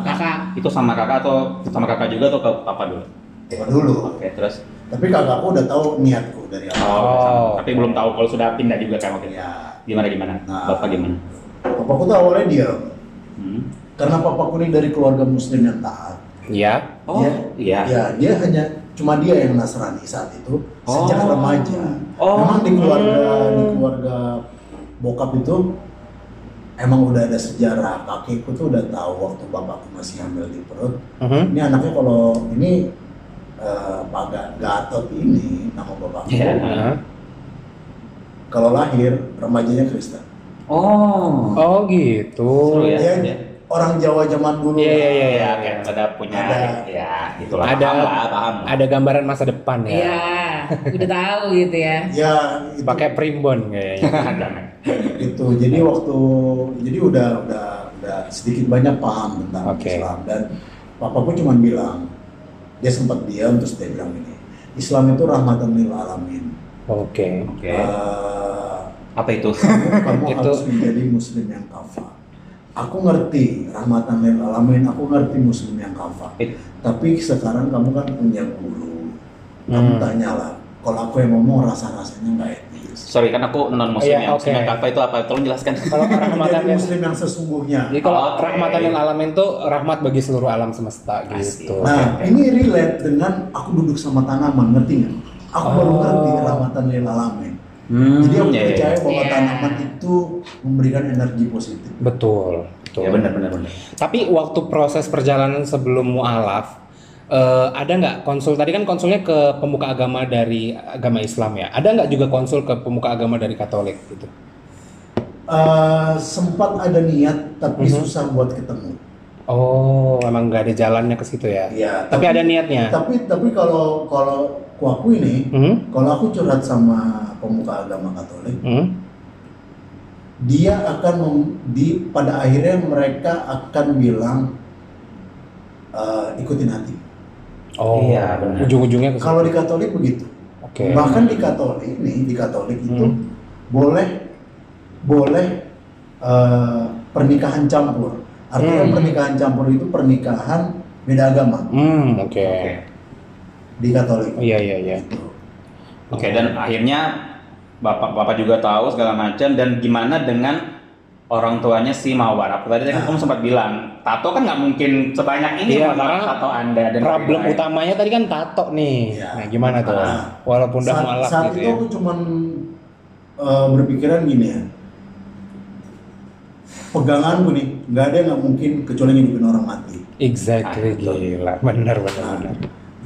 S4: kakak
S2: kakak
S1: Itu sama kakak atau sama kakak juga atau ke papa dulu?
S4: tengok dulu.
S1: Oke terus.
S4: Tapi kakakku udah tahu niatku dari awal.
S1: Oh, udah sama.
S3: Oh.
S1: Tapi belum tahu kalau sudah pindah juga kan waktu itu.
S4: Ya,
S1: Gimana gimana?
S4: Nah.
S1: Bapak gimana?
S4: papaku tuh awalnya diam,
S1: Hmm.
S4: karena papaku ini dari keluarga muslim yang taat.
S3: Iya.
S1: Oh
S4: Iya.
S1: iya.
S4: Ya, dia hanya cuma dia yang Nasrani saat itu
S1: Oh.
S4: sejak remaja.
S1: Oh.
S4: Memang di keluarga di keluarga bokap itu emang udah ada sejarah. Kakekku tuh udah tahu waktu bapakku masih hamil di perut.
S3: Mhm.
S4: Ini anaknya kalau ini eh, Pak Ga- Gatot ini nama bapakku.
S1: Iya.
S3: Nah.
S4: Kalau lahir remajanya Kristen.
S1: Oh.
S3: Oh gitu.
S1: Seru ya.
S4: Dia
S1: iya.
S4: orang Jawa zaman dulu.
S3: Iya,
S4: lah.
S3: iya, iya.
S1: Iya, kayak ada punya
S4: Ada.
S1: ya itulah
S3: Ada-
S1: paham lah, paham.
S3: Ada gambaran masa depan ya.
S2: ya udah tahu gitu ya
S4: Ya, itu-
S3: Pakai primbon kayaknya.
S1: Ada.
S4: itu jadi waktu jadi udah udah udah sedikit banyak paham tentang
S3: Oke.
S4: Islam dan papaku cuma bilang dia sempat diam terus dia bilang ini Islam itu rahmatan lil alamin
S3: Oke.
S1: Oke.
S4: Eh,
S1: Apa itu?
S4: kamu
S3: Itu-
S4: harus menjadi muslim yang kafah aku ngerti rahmatan lil alamin aku ngerti muslim yang kafah
S1: It-
S4: tapi sekarang kamu kan punya guru
S3: Hmm.
S4: kamu tanyalah kalau aku yang ngomong rasa rasanya nggak etis
S1: Sorry kan aku non muslim
S3: Iya,
S1: yang
S3: oke.
S1: muslim apa itu apa? Tolong jelaskan.
S3: Kalau rahmatan
S4: menjadi muslim yang sesungguhnya
S3: Jadi kalau
S1: Oke.
S3: rahmatan lil alamin tuh rahmat bagi seluruh alam semesta gitu.
S4: Nah, ini relate dengan aku duduk sama tanaman, ngerti nggak? Aku baru
S3: Oh.
S4: ngerti rahmatan lil alamin.
S1: Hmm,
S4: Jadi aku
S1: iya, iya.
S4: percaya bahwa
S2: Iya.
S4: tanaman itu memberikan energi positif.
S3: Betul. Betul.
S1: Ya benar benar benar.
S3: Tapi waktu proses perjalanan sebelum mualaf eh, ada nggak konsul tadi kan konsulnya ke pemuka agama dari agama Islam ya. Ada nggak juga konsul ke pemuka agama dari Katolik gitu?
S4: Eh, sempat ada niat, tapi
S3: Mhm.
S4: susah buat ketemu.
S3: Oh, emang nggak ada jalannya ke situ ya.
S4: Iya.
S3: Tapi ada niatnya.
S4: Tapi tapi kalau kalau ku aku ini,
S3: Hmm?
S4: kalau aku curhat sama pemuka agama Katolik,
S3: Hmm?
S4: dia akan mem- di pada akhirnya mereka akan bilang eh, ikutin hati.
S3: Oh,
S1: Iya, benar.
S3: ujung-ujungnya ke situ.
S4: Kalau di Katolik begitu.
S3: Oke.
S4: Bahkan di Katolik nih, di Katolik itu
S3: Hmm.
S4: boleh boleh eh, pernikahan campur. Artinya
S3: Hmm.
S4: pernikahan campur itu pernikahan beda agama
S3: Hmm, oke.
S1: Oke.
S4: di Katolik.
S3: Oh, Iya, iya, iya.
S4: Gitu.
S1: Oke, dan akhirnya bapak bapak juga tahu segala macam dan gimana dengan orang tuanya si Mawar. Apa tadi kan
S4: Nah.
S1: kamu sempat bilang tato kan nggak mungkin sebanyak ini
S3: Iya,
S1: Mawar,
S3: karena
S1: tato anda dan
S3: Problem
S1: lain-lain.
S3: utamanya tadi kan tato nih.
S4: Iya.
S3: Nah, gimana tuh?
S4: Ah.
S3: Walaupun udah
S4: Saat,
S3: mualaf
S4: saat
S3: gitu
S4: itu
S3: ya.
S4: aku cuman eh, berpikiran gini ya. Peganganku nih, nggak ada yang nggak mungkin kecuali ngidupin orang mati.
S3: Exactly,
S1: Ah, betul.
S3: gila. Benar, benar,
S4: Nah,
S3: benar.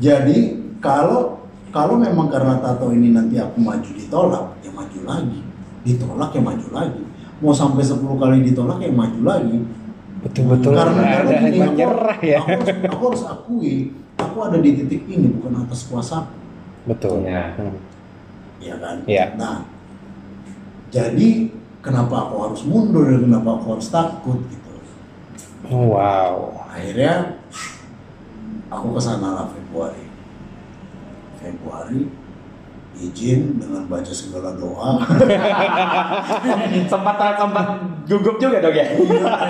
S4: Jadi kalau kalau memang karena tato ini nanti aku maju ditolak, ya maju lagi. Ditolak ya maju lagi. Mau sampai 10 kali ditolak ya maju lagi.
S3: Betul-betul.
S4: karena
S3: nggak
S4: karena
S3: ada
S4: gini,
S3: hikmat
S4: aku,
S3: nyerah ya.
S4: aku harus, aku harus akui, aku ada di titik ini bukan atas kuasa,
S3: Betul.
S1: Iya.
S3: Hmm.
S4: ya kan?
S3: Iya.
S4: Nah, jadi kenapa aku harus mundur dan kenapa aku harus takut gitu?
S3: Oh, wow.
S4: Akhirnya aku kesana lah Februari. Februari izin dengan baca segala doa.
S1: sempat sempat gugup juga dong ya.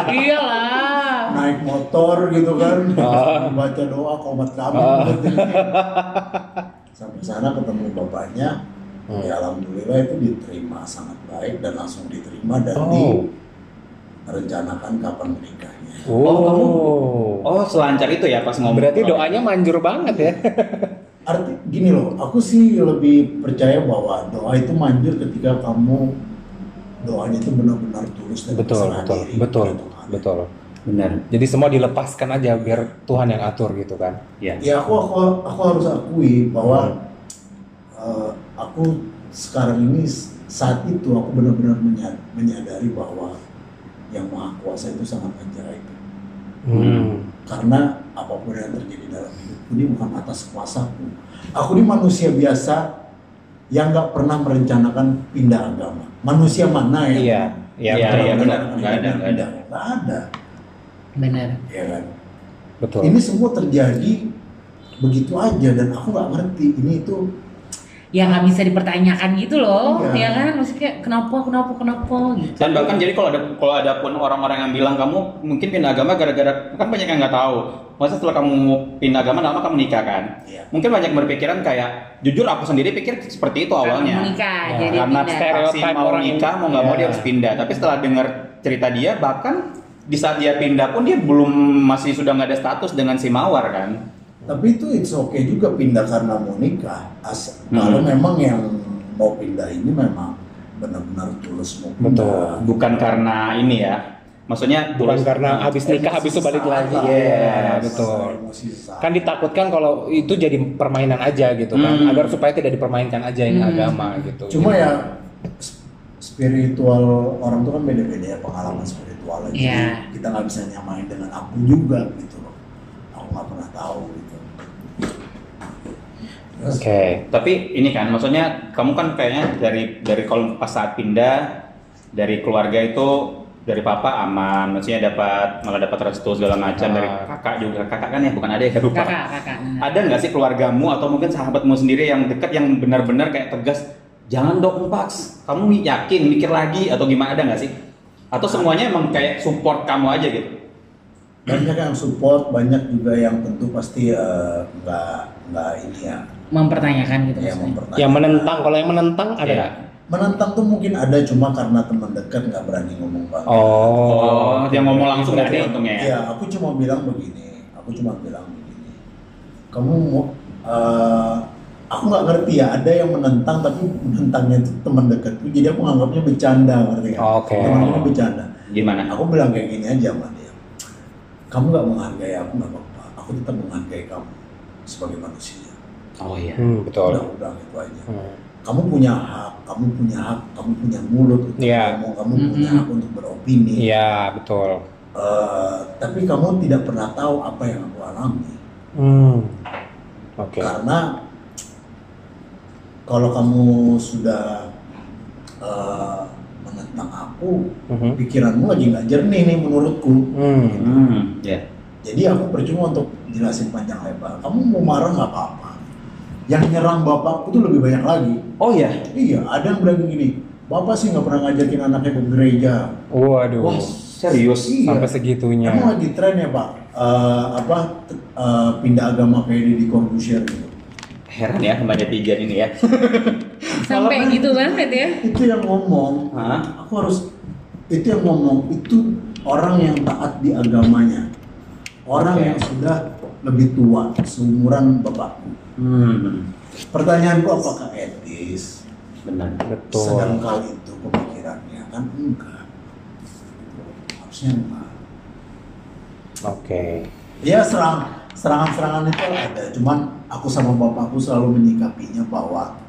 S2: iyalah
S4: naik motor gitu kan
S3: Ah.
S4: baca doa komat kami
S3: Ah.
S4: gitu. sampai sana ketemu bapaknya
S3: Hmm.
S4: ya alhamdulillah itu diterima sangat baik dan langsung diterima dan
S3: Oh.
S4: direncanakan kapan menikahnya
S3: Oh.
S1: Oh selancar itu ya pas ngomong.
S3: Berarti doanya manjur banget ya.
S4: arti gini loh aku sih lebih percaya bahwa doa itu manjur ketika kamu doanya itu benar-benar tulus dan
S3: betul,
S4: berserah
S3: betul,
S4: diri gitu kan.
S3: betul,
S4: kepada Tuhan.
S3: betul.
S1: Benar.
S3: Jadi semua dilepaskan aja
S4: Iya,
S3: biar Tuhan yang atur gitu kan.
S1: Ya.
S4: ya aku aku, aku harus akui bahwa eh eh, aku sekarang ini s- saat itu aku benar-benar menya- menyadari bahwa yang maha kuasa itu sangat ajaib
S3: Hmm.
S4: karena apapun yang terjadi dalam hidupku ini bukan atas kuasaku aku ini manusia biasa yang nggak pernah merencanakan pindah agama manusia mana yang
S3: Iya, iya,
S1: Iya, iya,
S3: betul, betul,
S1: benar. Nggak ada, nggak ada.
S4: Nggak ada,
S2: benar
S4: ya kan?
S3: betul.
S4: ini semua terjadi begitu aja dan aku nggak ngerti ini itu
S2: ya nggak bisa dipertanyakan gitu loh
S4: Iya.
S2: ya kan maksudnya kenapa kenapa kenapa gitu
S1: Dan bahkan jadi kalau ada kalau ada pun orang-orang yang bilang kamu mungkin pindah agama gara-gara kan banyak yang nggak tahu. Masa setelah kamu pindah agama lama kamu nikah kan?
S4: Iya.
S1: Mungkin banyak berpikiran kayak jujur aku sendiri pikir seperti itu
S2: Karena
S1: awalnya.
S2: menikah
S3: Ya,
S2: jadi
S1: Karena
S2: pindah.
S3: stereo-
S1: stereotip
S3: Stereotype
S1: mau
S3: orang
S1: nikah mau nggak mau
S3: Iya.
S1: dia harus pindah. Tapi setelah dengar cerita dia bahkan di saat dia pindah pun dia belum masih sudah nggak ada status dengan si mawar kan?
S4: tapi itu it's okay juga pindah karena mau nikah As-
S1: Hmm.
S4: kalau memang yang mau pindah ini memang benar-benar tulus mau pindah
S1: Bukan karena ini ya. Maksudnya eh,
S3: Bukan
S1: tulus-
S3: karena habis nikah habis itu balik lagi. Iya,
S4: Iya,
S3: betul. Kan ditakutkan kalau itu jadi permainan aja gitu kan,
S1: Hmm.
S3: agar supaya tidak dipermainkan aja ini
S2: Hmm.
S3: agama gitu.
S4: cuma ya s- spiritual orang tuh kan beda-beda ya pengalaman spiritualnya Jadi
S2: Iya.
S4: kita nggak bisa nyamain dengan aku juga gitu loh aku nggak pernah tahu gitu Terus,
S3: Oke.
S1: Tapi ini kan, maksudnya kamu kan kayaknya dari dari kalau pas saat pindah dari keluarga itu dari papa aman, maksudnya dapat malah dapat restu segala macam dari
S3: Ah.
S1: kakak juga kakak kan ya bukan adik ya lupa.
S2: kakak kakak benar.
S1: Ada nggak sih keluargamu atau mungkin sahabatmu sendiri yang dekat yang benar-benar kayak tegas jangan dong Pax, kamu yakin mikir lagi atau gimana ada nggak sih? Atau semuanya emang kayak support kamu aja gitu?
S4: banyak yang support banyak juga yang tentu pasti eh, nggak nggak ini ya
S2: mempertanyakan gitu
S4: yang
S2: maksudnya
S4: Iya, mempertanyakan
S3: Yang menentang, kalau yang menentang ada
S1: Iya.
S3: nggak?
S4: menentang tuh mungkin ada cuma karena teman dekat nggak berani ngomong banget
S1: Oh, dia ngomong langsung
S3: Berarti-
S1: ada untungnya ya.
S4: Iya, aku cuma bilang begini. Aku cuma bilang begini. Kamu mau, eh, aku nggak ngerti ya. Ada yang menentang, tapi menentangnya itu teman dekatku. Jadi aku nganggapnya bercanda, ngerti nggak?
S3: Oh, Oke.
S4: Teman aku bercanda.
S1: Gimana?
S4: Aku bilang kayak gini aja sama dia. Kamu nggak menghargai aku nggak apa-apa. Aku tetap menghargai kamu sebagai manusia.
S1: Oh iya.
S3: Hmm, betul.
S4: Udah, aku bilang itu aja.
S3: Hmm.
S4: Kamu punya hak, kamu punya hak, kamu punya mulut untuk
S3: Iya.
S4: ngomong, kamu punya
S2: Mm-mm.
S4: hak untuk beropini.
S3: Iya, betul.
S4: Eh, tapi kamu tidak pernah tahu apa yang aku alami.
S3: Hmm. Oke.
S4: Karena kalau kamu sudah eh, menentang aku,
S3: Mhm.
S4: pikiranmu lagi nggak jernih nih menurutku.
S3: Hmm.
S1: Hmm, ya.
S4: Jadi aku percuma untuk jelasin panjang lebar. Kamu mau marah nggak apa-apa. Yang nyerang bapakku tuh lebih banyak lagi.
S1: Oh iya.
S4: Iya, ada yang bilang gini, bapak sih nggak pernah ngajakin anaknya ke gereja.
S3: Waduh.
S1: Wah, serius.
S4: Iya.
S3: Sampai segitunya.
S4: Emang lagi tren ya pak, Eh, apa te- eh, pindah agama kayak di Corbusier gitu.
S1: Heran ya sama Jatigan ini ya.
S2: sampai
S4: Kalau-
S2: gitu banget ya
S4: Itu yang ngomong,
S1: Hah?
S4: aku harus itu yang ngomong itu orang yang taat di agamanya, orang
S1: Oke.
S4: yang sudah lebih tua, seumuran bapakku.
S1: Hmm,
S4: Pertanyaanku apakah etis?
S1: benar.
S3: Betul.
S4: Sedangkal itu pemikirannya kan enggak, harusnya enggak.
S3: Oke.
S4: Ya serang serangan-serangan itu ada, cuman aku sama bapakku selalu menyikapinya bahwa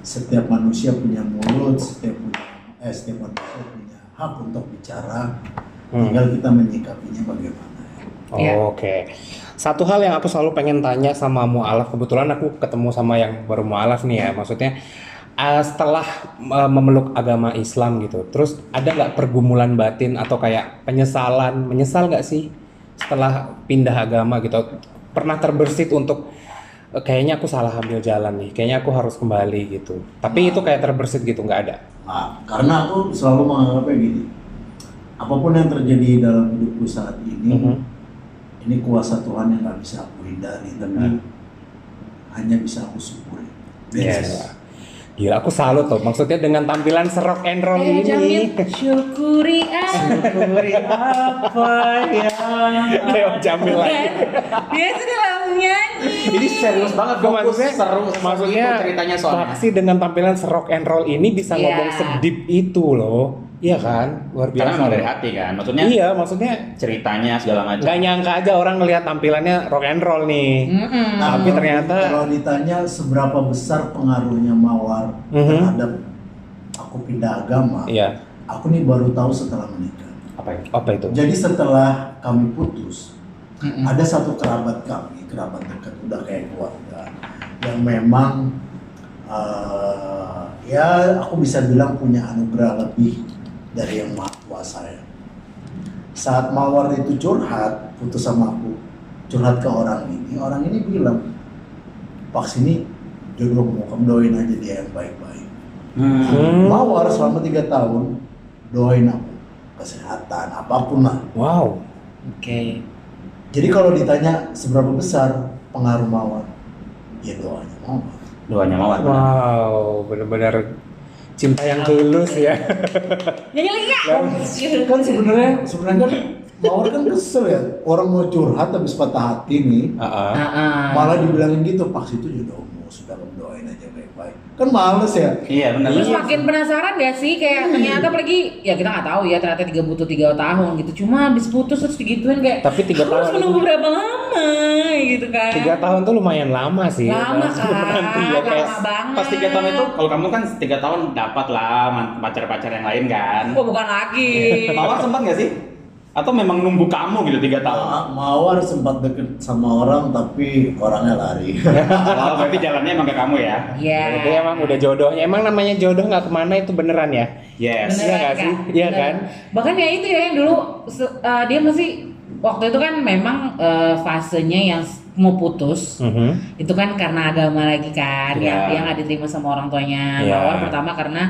S4: setiap manusia punya mulut, setiap punya eh, setiap manusia punya hak untuk bicara,
S3: Hmm.
S4: tinggal kita menyikapinya bagaimana.
S2: Iya.
S3: Oke. Satu hal yang aku selalu pengen tanya sama mualaf kebetulan aku ketemu sama yang baru mualaf nih ya.
S2: Hmm.
S3: Maksudnya uh, setelah uh, memeluk agama Islam gitu. Terus ada nggak pergumulan batin atau kayak penyesalan, menyesal nggak sih setelah pindah agama gitu? Pernah terbersit untuk "Eh, kayaknya aku salah ambil jalan nih. Kayaknya aku harus kembali gitu. Tapi itu kayak terbersit gitu nggak ada.
S4: Nah, karena aku selalu menganggapnya gini, apapun yang terjadi dalam hidupku saat ini,
S3: Mhm.
S4: ini kuasa Tuhan yang nggak bisa aku hindari, tapi
S1: Hmm.
S4: hanya bisa aku syukuri.
S3: Yes. Gila aku salut loh. Maksudnya dengan tampilan serok and roll
S2: Ayo,
S3: ini.
S2: Eh, Jamil, syukuri ah
S1: Syukuri apa yang
S3: ya? Leo Jamil lagi.
S2: Bukan. dia sudah lama disuruh nyanyi.
S1: Ini serius banget
S3: Gua
S1: fokus
S3: maksudnya,
S1: seru
S3: maksudnya
S1: itu ceritanya soalnya.
S3: Taksi dengan tampilan serok and roll ini bisa
S2: Iya.
S3: ngomong sedip itu loh. Iya kan? Luar
S1: Karena
S3: biasa.
S1: memang dari hati kan. Maksudnya
S3: Iya, maksudnya
S1: ceritanya segala macam.
S3: nggak nyangka aja orang ngelihat tampilannya rock and roll nih.
S2: Mm-mm.
S4: Nah,
S3: Tapi ternyata-
S4: kalau ditanya seberapa besar pengaruhnya mawar
S3: Mhm.
S4: terhadap aku pindah agama,
S3: Iya.
S4: aku nih baru tahu setelah menikah.
S1: Apa itu?
S3: Apa itu?
S4: Jadi setelah kami putus,
S2: Mm-mm.
S4: ada satu kerabat kami, kerabat dekat udah kayak keluarga, yang memang eh, ya aku bisa bilang punya anugerah lebih dari yang maha kuasa ya. Saat Mawar itu curhat, putus sama aku, curhat ke orang ini, orang ini bilang, Pak sini jodoh mau kamu doain aja dia yang baik-baik.
S1: Hmm.
S3: Hmm.
S4: Mawar selama tiga tahun doain aku kesehatan apapun lah
S3: Wow.
S2: Oke.
S4: Jadi kalau ditanya seberapa besar pengaruh mawar, ya doanya mawar.
S1: Doanya mawar. benar.
S3: Wow, benar-benar cinta yang tulus ya.
S2: Nyanyi lagi Oh, gitu. kak.
S4: Kan sebenarnya sebenarnya kan mawar kan kesel ya. Orang mau curhat habis patah hati nih,
S3: Heeh.
S2: Ah, ah.
S4: malah dibilangin gitu, Pak itu jodohmu sudah kamu doain aja baik-baik. Kan males ya.
S1: Iya benar.
S2: Terus
S3: Nah,
S2: makin penasaran gak sih
S3: Hmm.
S2: kayak ternyata pergi ya kita nggak tahu ya ternyata tiga butuh tiga tahun gitu cuma habis putus terus digituin kayak
S3: Tapi tiga
S2: harus
S3: tahun-
S2: menunggu berapa lama gitu kan
S3: Tiga tahun tuh lumayan lama sih.
S2: lama
S3: Nah,
S2: kan
S3: nanti ya, kayak-
S2: lama banget
S1: Pas tiga tahun itu, kalau kamu kan tiga tahun dapat lah man- pacar-pacar yang lain kan.
S2: oh bukan lagi Iya.
S1: Mawar sempat nggak sih? Atau memang nunggu kamu gitu tiga tahun?
S4: Ma- Nah, Mawar sempat deket sama orang tapi orangnya lari.
S1: Oh, berarti jalannya emang ke kamu ya?
S2: ya
S3: Berarti Iya, emang udah jodohnya. Emang namanya jodoh nggak kemana itu beneran ya?
S1: Yes.
S3: Iya nggak sih? Iya
S2: Beneran.
S3: kan?
S2: bahkan ya itu ya yang dulu se- eh, dia masih waktu itu kan memang eh, fasenya yang s- mau putus
S3: Mhm.
S2: itu kan karena agama lagi kan
S1: Iya.
S2: yang dia nggak diterima sama orang tuanya
S3: Iya.
S2: Mawar pertama karena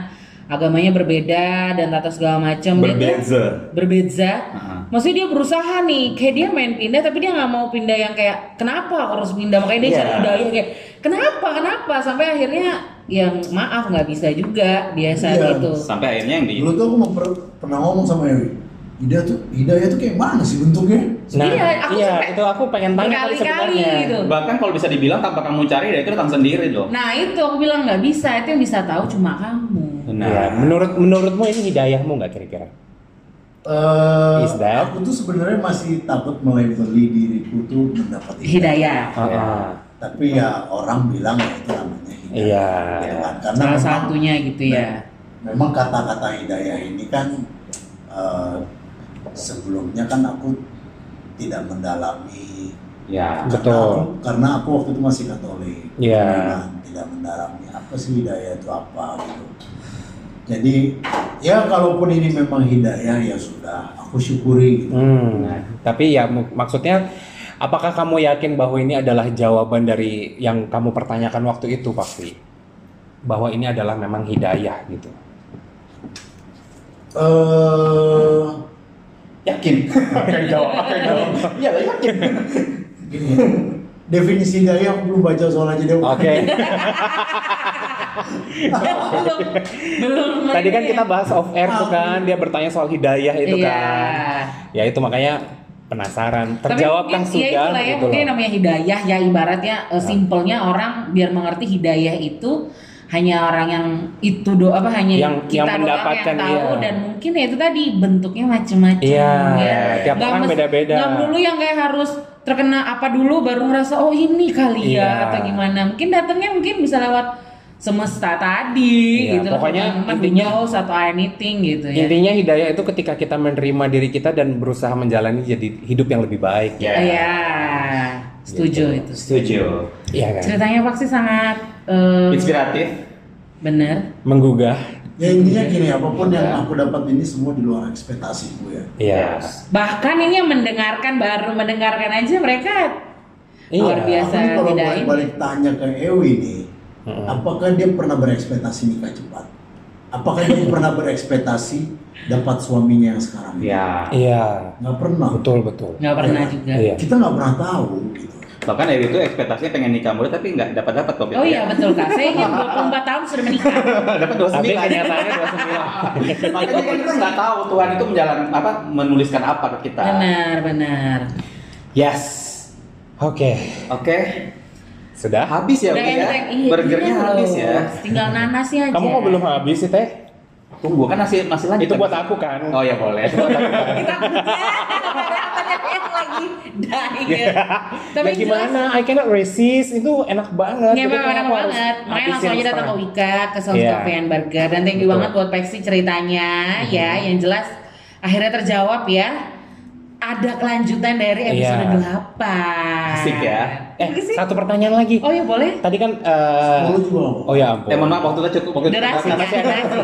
S2: agamanya berbeda dan tata segala macam Dia tuh
S1: Berbeza.
S2: berbeza
S1: Heeh.
S2: maksudnya dia berusaha nih kayak dia main pindah tapi dia nggak mau pindah yang kayak kenapa aku harus pindah makanya dia
S1: Iya.
S2: cari dalih kayak kenapa kenapa sampai akhirnya yang maaf nggak bisa juga gitu. dia saat
S4: Iya.
S2: itu
S1: Sampai akhirnya yang di
S4: Dulu tuh aku mau per- pernah ngomong sama Ewi, Ida tuh hidayah tuh kayak mana sih bentuknya?
S3: Nah,
S2: Iya, aku
S3: iya,
S2: sampai
S3: itu aku pengen tanya tadi
S2: berkali-kali
S3: sebenarnya.
S2: gitu
S1: bahkan kalau bisa dibilang tanpa kamu cari ya itu datang sendiri loh.
S2: nah itu aku bilang nggak bisa itu yang bisa tahu cuma kamu
S3: Iya, menurut menurutmu ini hidayahmu nggak kira-kira?
S4: Eh,
S3: Is that-
S4: aku tuh sebenarnya masih takut meleveli diriku tuh
S1: Iya.
S4: mendapat
S2: hidayah
S3: Heeh.
S4: tapi ya orang bilang ya itu namanya hidayah
S3: Iya.
S4: gitu kan. karena
S2: salah
S4: memang,
S2: satunya gitu
S1: Nah.
S2: ya
S4: memang kata-kata hidayah ini kan eh, sebelumnya kan aku tidak mendalami
S1: Ya.
S4: Karena
S3: Betul.
S4: aku- karena aku waktu itu masih katolik
S3: Iya.
S4: Memang tidak mendalami apa sih hidayah itu apa gitu jadi ya kalaupun ini memang hidayah ya sudah aku syukuri gitu.
S3: Hmm. Tapi ya mu- maksudnya apakah kamu yakin bahwa ini adalah jawaban dari yang kamu pertanyakan waktu itu pasti? Bahwa ini adalah memang hidayah gitu.
S4: eh
S1: Yakin. Oke jawab. Oke jawab. Iya lah, yakin.
S4: gini ya. definisi hidayah aku belum baca soal aja deh
S3: Oke.
S2: belum belum
S3: Tadi kan kita bahas off air tuh kan, dia bertanya soal hidayah itu
S2: Iya.
S3: kan. Ya itu makanya penasaran.
S2: Tapi
S3: Terjawabkan
S2: mungkin, ya
S3: sudah
S2: itulah ya,
S3: gitu
S2: mungkin
S3: loh. Nah.
S2: namanya hidayah ya ibaratnya eh, simpelnya orang biar mengerti hidayah itu hanya orang yang itu doa apa hanya
S3: Yang- yang
S2: kita doang
S3: mendapatkan,
S2: yang tahu
S3: iya.
S2: dan mungkin ya itu tadi bentuknya macam-macam
S3: Iya,
S2: ya.
S3: tiap
S2: Nggak
S3: orang
S2: mes-
S3: beda-beda.
S2: nggak dulu yang kayak harus terkena apa dulu baru ngerasa oh ini kali
S3: Iya.
S2: ya atau gimana. Mungkin datangnya mungkin bisa lewat semesta tadi
S3: Iya,
S2: gitu.
S3: pokoknya
S2: teman-teman, who
S3: intinya-
S2: knows, atau anything gitu ya.
S3: Intinya hidayah itu ketika kita menerima diri kita dan berusaha menjalani jadi hidup yang lebih baik.
S1: Ya.
S2: Iya. Setuju
S3: Gitu.
S2: itu.
S1: Setuju.
S3: Iya kan?
S2: Ceritanya pasti sangat eh,
S1: Inspiratif.
S2: benar.
S3: Menggugah.
S4: ya intinya gini apapun yang aku dapat ini semua di luar ekspektasiku ya
S3: Iya.
S1: Yes.
S2: Bahkan ini yang mendengarkan baru mendengarkan aja mereka
S3: Iya.
S2: luar biasa
S4: Aku nih kalau
S2: tidak
S4: balik,
S2: ini.
S4: balik tanya ke Ewi nih
S3: Mm-mm.
S4: apakah dia pernah berekspektasi nikah cepat apakah dia pernah berekspektasi dapat suaminya yang sekarang ini?
S1: Ya.
S3: Iya.
S4: nggak pernah
S3: Betul betul.
S2: Nggak pernah juga.
S3: Iya.
S4: kita nggak pernah tahu gitu
S1: Ya. Bahkan dari itu ekspektasinya pengen nikah muda tapi nggak dapat dapat kok.
S2: Oh iya betul kak. Saya ingin 24 tahun sudah menikah.
S1: dapat
S3: Tapi
S1: 29
S3: kenyataannya
S1: Makanya kan kita nggak tahu Tuhan itu menjalan apa menuliskan apa ke kita.
S2: Benar benar.
S1: Yes.
S3: Oke,
S5: Oke,
S3: sudah.
S5: habis ya,
S2: Udah
S5: Bu ya.
S2: enteng. Iya,
S5: Burgernya
S2: iya loh.
S5: habis ya.
S2: Tinggal nanasnya aja.
S3: Kamu kok belum habis sih teh?
S1: Tunggu kan masih masih lanjut.
S3: Itu buat
S1: kan?
S3: aku kan.
S1: Oh ya boleh.
S2: Kita yang lagi dying. Tapi
S3: Tapi
S2: yang jelas,
S3: Iya. Ya, gimana? I cannot resist. Itu enak banget.
S2: Iya
S3: Jadi
S2: memang
S3: kenapa
S2: enak
S3: harus
S2: banget. Makanya
S3: habisin
S2: langsung aja datang ke
S3: sekarang?
S2: Wika ke Saus
S3: Iya.
S2: Cafe and Burger dan thank you
S3: Betul. Mm-hmm.
S2: banget buat Peksi ceritanya ya yang jelas akhirnya terjawab ya. Ada kelanjutan dari episode
S3: Iya.
S2: 8.
S1: Asik ya.
S3: Eh,
S2: Asik Gitu sih.
S3: satu pertanyaan lagi.
S2: Oh ya boleh.
S3: Tadi kan eh,
S4: Sepuluh juga nggak apa-apa.
S3: Oh ya ampun.
S1: Eh mohon maaf waktu itu cukup. Waktu
S2: Udah
S1: kita-
S2: asik ya. udah asik.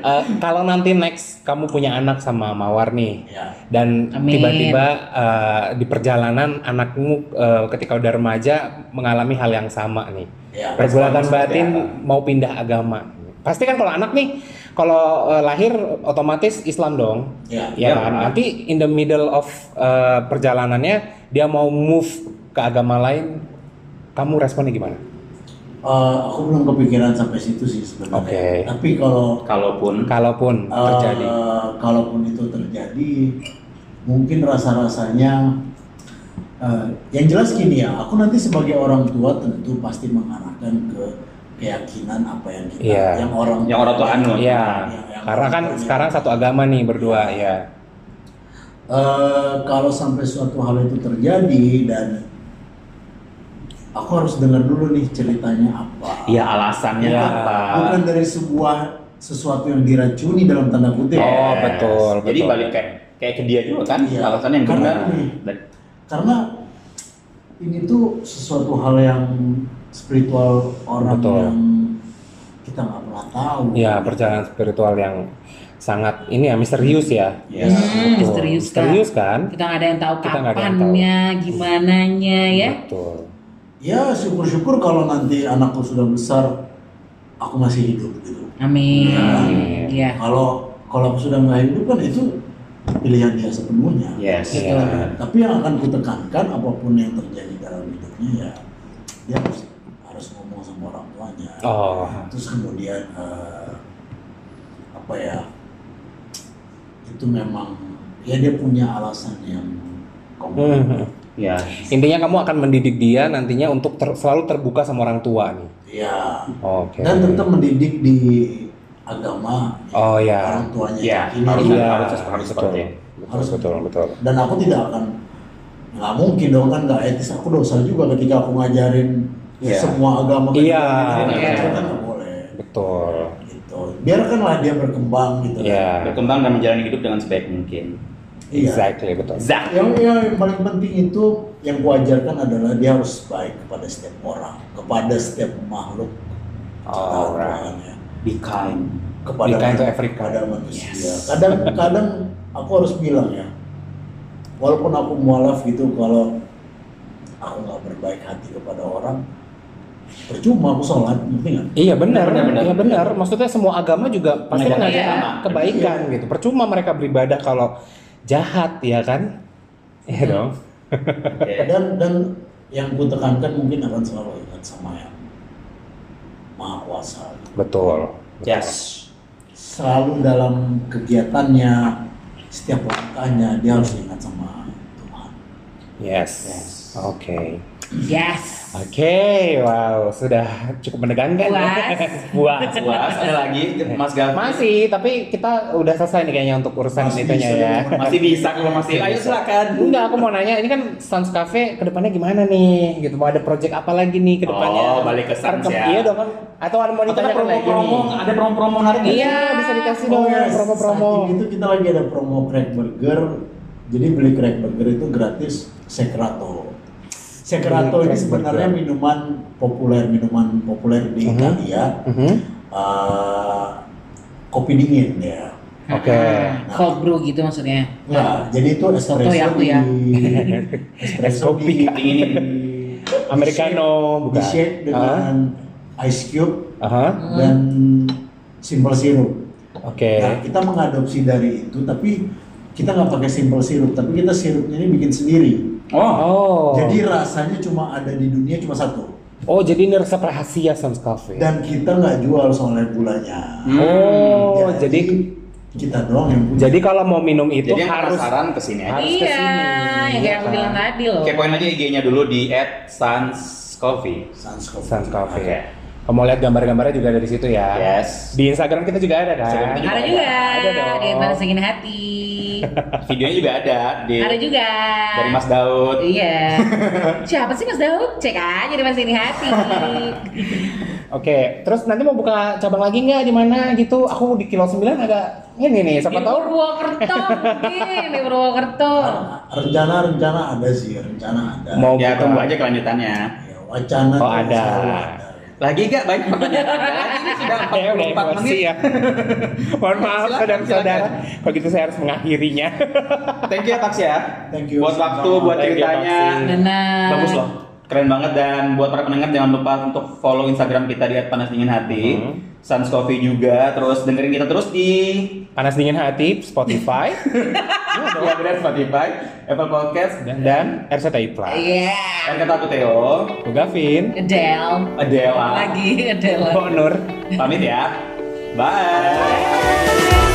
S3: Eh, kalau nanti next kamu punya anak sama Mawar nih
S4: Ya.
S3: dan
S2: Amin.
S3: tiba-tiba eh, di perjalanan anakmu eh, ketika udah remaja mengalami hal yang sama nih.
S4: Ya.
S3: Pergulatan
S1: responnya
S3: batin
S1: seperti
S3: mau pindah agama. Pasti kan kalau anak nih kalau eh, lahir otomatis Islam dong.
S4: Ya.
S3: Ya
S1: Ya.
S3: kan? Nanti in the middle of eh, perjalanannya dia mau move ke agama lain, kamu responnya gimana?
S4: Eh, aku belum kepikiran sampai situ sih sebenarnya.
S3: Oke.
S4: Tapi kalau
S1: Kalaupun
S3: Kalaupun
S4: eh,
S3: terjadi.
S4: kalaupun itu terjadi, mungkin rasa-rasanya eh, yang jelas gini ya. Aku nanti sebagai orang tua tentu pasti mengarahkan ke keyakinan apa yang kita,
S3: Iya.
S4: yang orang
S1: Yang orang tua
S4: ya,
S1: anut.
S3: Iya,
S4: yang
S3: karena kan
S4: orang tuanya.
S3: sekarang satu agama nih berdua ya.
S4: Eh, kalau sampai suatu hal itu terjadi dan aku harus dengar dulu nih ceritanya apa.
S1: Iya alasannya
S3: Iya.
S1: apa?
S4: Bukan dari sebuah sesuatu yang diracuni dalam tanda kutip.
S3: Oh,
S1: Yes.
S3: betul,
S1: Jadi
S3: betul.
S1: balik kayak kayak ke dia juga kan
S4: Iya.
S1: alasannya yang
S4: Karena
S1: benar.
S4: ini-
S1: Dan-
S4: Karena ini tuh sesuatu hal yang spiritual orang
S3: Betul.
S4: yang kita nggak pernah tahu.
S3: Ya, perjalanan spiritual yang sangat ini ya misterius ya.
S1: Iya.
S4: Yes.
S2: Hmm,
S3: Betul.
S2: misterius kan.
S3: Misterius kan?
S2: Kita nggak ada yang tahu
S3: Kita nggak ada yang
S2: kapannya, gimananya ya.
S3: Betul.
S4: Ya syukur-syukur kalau nanti anakku sudah besar, aku masih hidup gitu.
S2: Amin.
S3: Amin.
S2: Iya.
S4: Kalau kalau aku sudah nggak hidup kan itu pilihan dia sepenuhnya. Gitu.
S1: Yes.
S3: Iya.
S4: Tapi yang akan kutekankan apapun yang terjadi dalam hidupnya ya dia harus harus ngomong sama orang tuanya.
S3: Oh,
S4: Terus kemudian eh, apa ya itu memang ya dia punya alasan yang kompleks.
S3: Mhm.
S1: Iya.
S3: intinya kamu akan mendidik dia nantinya untuk ter- selalu terbuka sama orang tua nih.
S4: Ya
S3: Oke.
S4: dan tetap mendidik di agama
S3: Oh ya.
S4: orang tuanya.
S1: Iya.
S4: Ini-
S1: Harus
S3: Iya.
S1: harus harus
S3: Betul.
S1: seperti. itu.
S3: Betul, betul, betul.
S4: dan aku tidak akan nggak mungkin dong kan nggak etis aku dosa juga ketika aku ngajarin
S1: Iya.
S4: semua agama
S3: Iya.
S4: Iya.
S1: Iya.
S4: kan nggak boleh
S3: Betul.
S4: gitu biarkanlah dia berkembang gitu
S1: Iya,
S3: Ya.
S1: Berkembang dan menjalani hidup dengan sebaik mungkin.
S4: Iya.
S3: Exactly, betul.
S1: Zah.
S4: yang, yang paling penting itu yang kuajarkan adalah dia harus baik kepada setiap orang kepada setiap makhluk ciptaan
S3: Alright.
S4: Tuhan ya.
S1: Be kind.
S4: kepada
S3: Be kind to every
S4: kepada manusia
S1: Yes.
S4: kadang-kadang aku harus bilang ya walaupun aku mualaf gitu kalau aku nggak berbaik hati kepada orang percuma aku sholat ngerti nggak?
S3: Iya benar,
S1: Benar, benar,
S3: iya benar. Maksudnya semua agama juga pasti
S1: Mengajak
S3: mengajak
S2: iya.
S3: kebaikan gitu. Percuma mereka beribadah kalau jahat ya kan? Iya dong.
S1: Oke.
S4: dan dan yang ku tekankan mungkin akan selalu ingat sama yang maha kuasa
S3: Betul.
S1: Yes.
S4: selalu dalam kegiatannya setiap langkahnya dia harus ingat sama Tuhan
S3: Yes.
S1: Yes.
S3: Oke.
S2: Yes.
S3: Oke, wow, sudah cukup menegangkan ya. Puas.
S1: Puas ada lagi Mas Galvin.
S3: Masih, tapi kita udah selesai nih kayaknya untuk urusan
S4: Masih
S3: itunya
S4: bisa,
S3: ya.
S1: Masih bisa kalau masih. Ayo silakan.
S3: Enggak, aku mau nanya, ini kan Sans Cafe kedepannya gimana nih? Gitu, mau ada project apa lagi nih kedepannya?
S1: Oh, balik ke Sans
S3: Terkem-
S1: ya.
S3: Iya dong kan? Atau ada mau
S1: Atau ada
S3: ditanyakan lagi
S1: promo-promo, Oh,
S3: nih?
S1: ada promo-promo menarik nggak?
S3: Iya, bisa dikasih dong
S4: yes.
S3: promo-promo.
S1: gitu.
S4: Saking itu kita lagi ada promo crack burger. Jadi beli crack burger itu gratis Secrato. Secrato
S3: Beli
S4: ini
S3: crack
S4: sebenarnya
S3: burger.
S4: minuman populer, minuman populer di
S3: Mhm.
S4: Italia.
S3: Mhm.
S4: Eh, kopi dingin ya.
S3: Oke.
S2: Ah, Cold brew gitu maksudnya.
S4: Ya, jadi itu espresso
S2: ya, aku
S4: di
S2: ya.
S4: espresso
S3: Kopi
S4: di,
S1: dinginin.
S3: Americano, bukan?
S4: di shake dengan ice cube
S3: Aha,
S4: dan simple sirup.
S3: oke.
S4: Nah, kita mengadopsi dari itu, tapi kita nggak pakai simple sirup, tapi kita sirupnya ini bikin sendiri.
S1: Oh,
S3: Oh.
S4: Jadi rasanya cuma ada di dunia cuma satu,
S3: Oh, jadi ini resep rahasia Sans Cafe.
S4: dan kita nggak jual soalnya gulanya.
S1: Hmm.
S3: Oh, jadi
S4: kita doang yang punya.
S3: Jadi kalau mau minum itu
S1: Jadi yang
S3: harus
S1: penasaran kesini aja.
S3: Harus
S2: iya,
S3: kesini,
S2: yang kayak aku
S3: kan?
S2: bilang tadi loh.
S1: Kepoin aja IG-nya dulu di @sunscoffee.
S4: Sans Coffee.
S3: Sans Coffee.
S1: Oke.
S3: Kamu lihat gambar-gambarnya juga dari situ ya.
S1: Yes.
S3: Di Instagram kita juga ada kan.
S1: Instagram kita
S2: Ada juga,
S3: Ada dong.
S2: di mana segini hati.
S1: Videonya juga ada di
S2: Ada juga.
S1: dari Mas Daud.
S2: Iya. Siapa sih Mas Daud? Cek aja di mana segini hati.
S3: Oke, terus nanti mau buka cabang lagi nggak di mana gitu? Aku di kilo 9 agak ini nih, siapa
S2: Di
S3: tahu.
S2: Purwokerto mungkin, di Purwokerto.
S1: Ah.
S4: Nah, Rencana-rencana ada sih, rencana ada.
S3: Mau
S1: Ya
S3: buka.
S1: tunggu aja kelanjutannya.
S4: Ya, wacana
S3: Oh,
S4: tuh
S3: ada.
S4: selalu
S1: Lagi gak banyak pertanyaan Anda lagi ini sudah
S3: Saya udah
S1: 44
S3: emosi
S1: menit.
S3: ya. Mohon maaf
S1: Silakan,
S3: saudara-saudara. Kalau gitu saya harus mengakhirinya.
S1: Thank you ya Taks ya.
S4: Thank you.
S1: Buat waktu,
S4: Sama-sama.
S1: buat
S3: Thank you,
S1: ceritanya.
S3: Taksi.
S2: Benar.
S1: Bagus loh. Keren banget dan buat para pendengar jangan lupa untuk follow Instagram kita di @panasdinginhati.
S3: Mhm.
S1: Sans Coffee juga, terus dengerin kita terus di
S3: Panas dingin hati Spotify
S1: ya, benar, Spotify, Apple Podcast,
S3: dan, dan RCTI Plus.
S2: Iya.
S1: dan kata aku Theo,
S3: Aku Gavin,
S2: Adele.
S1: Adela,
S2: Iya.
S1: Oh,
S2: Lagi Adele.
S3: Aku Nur.
S1: pamit ya, bye.
S2: Bye.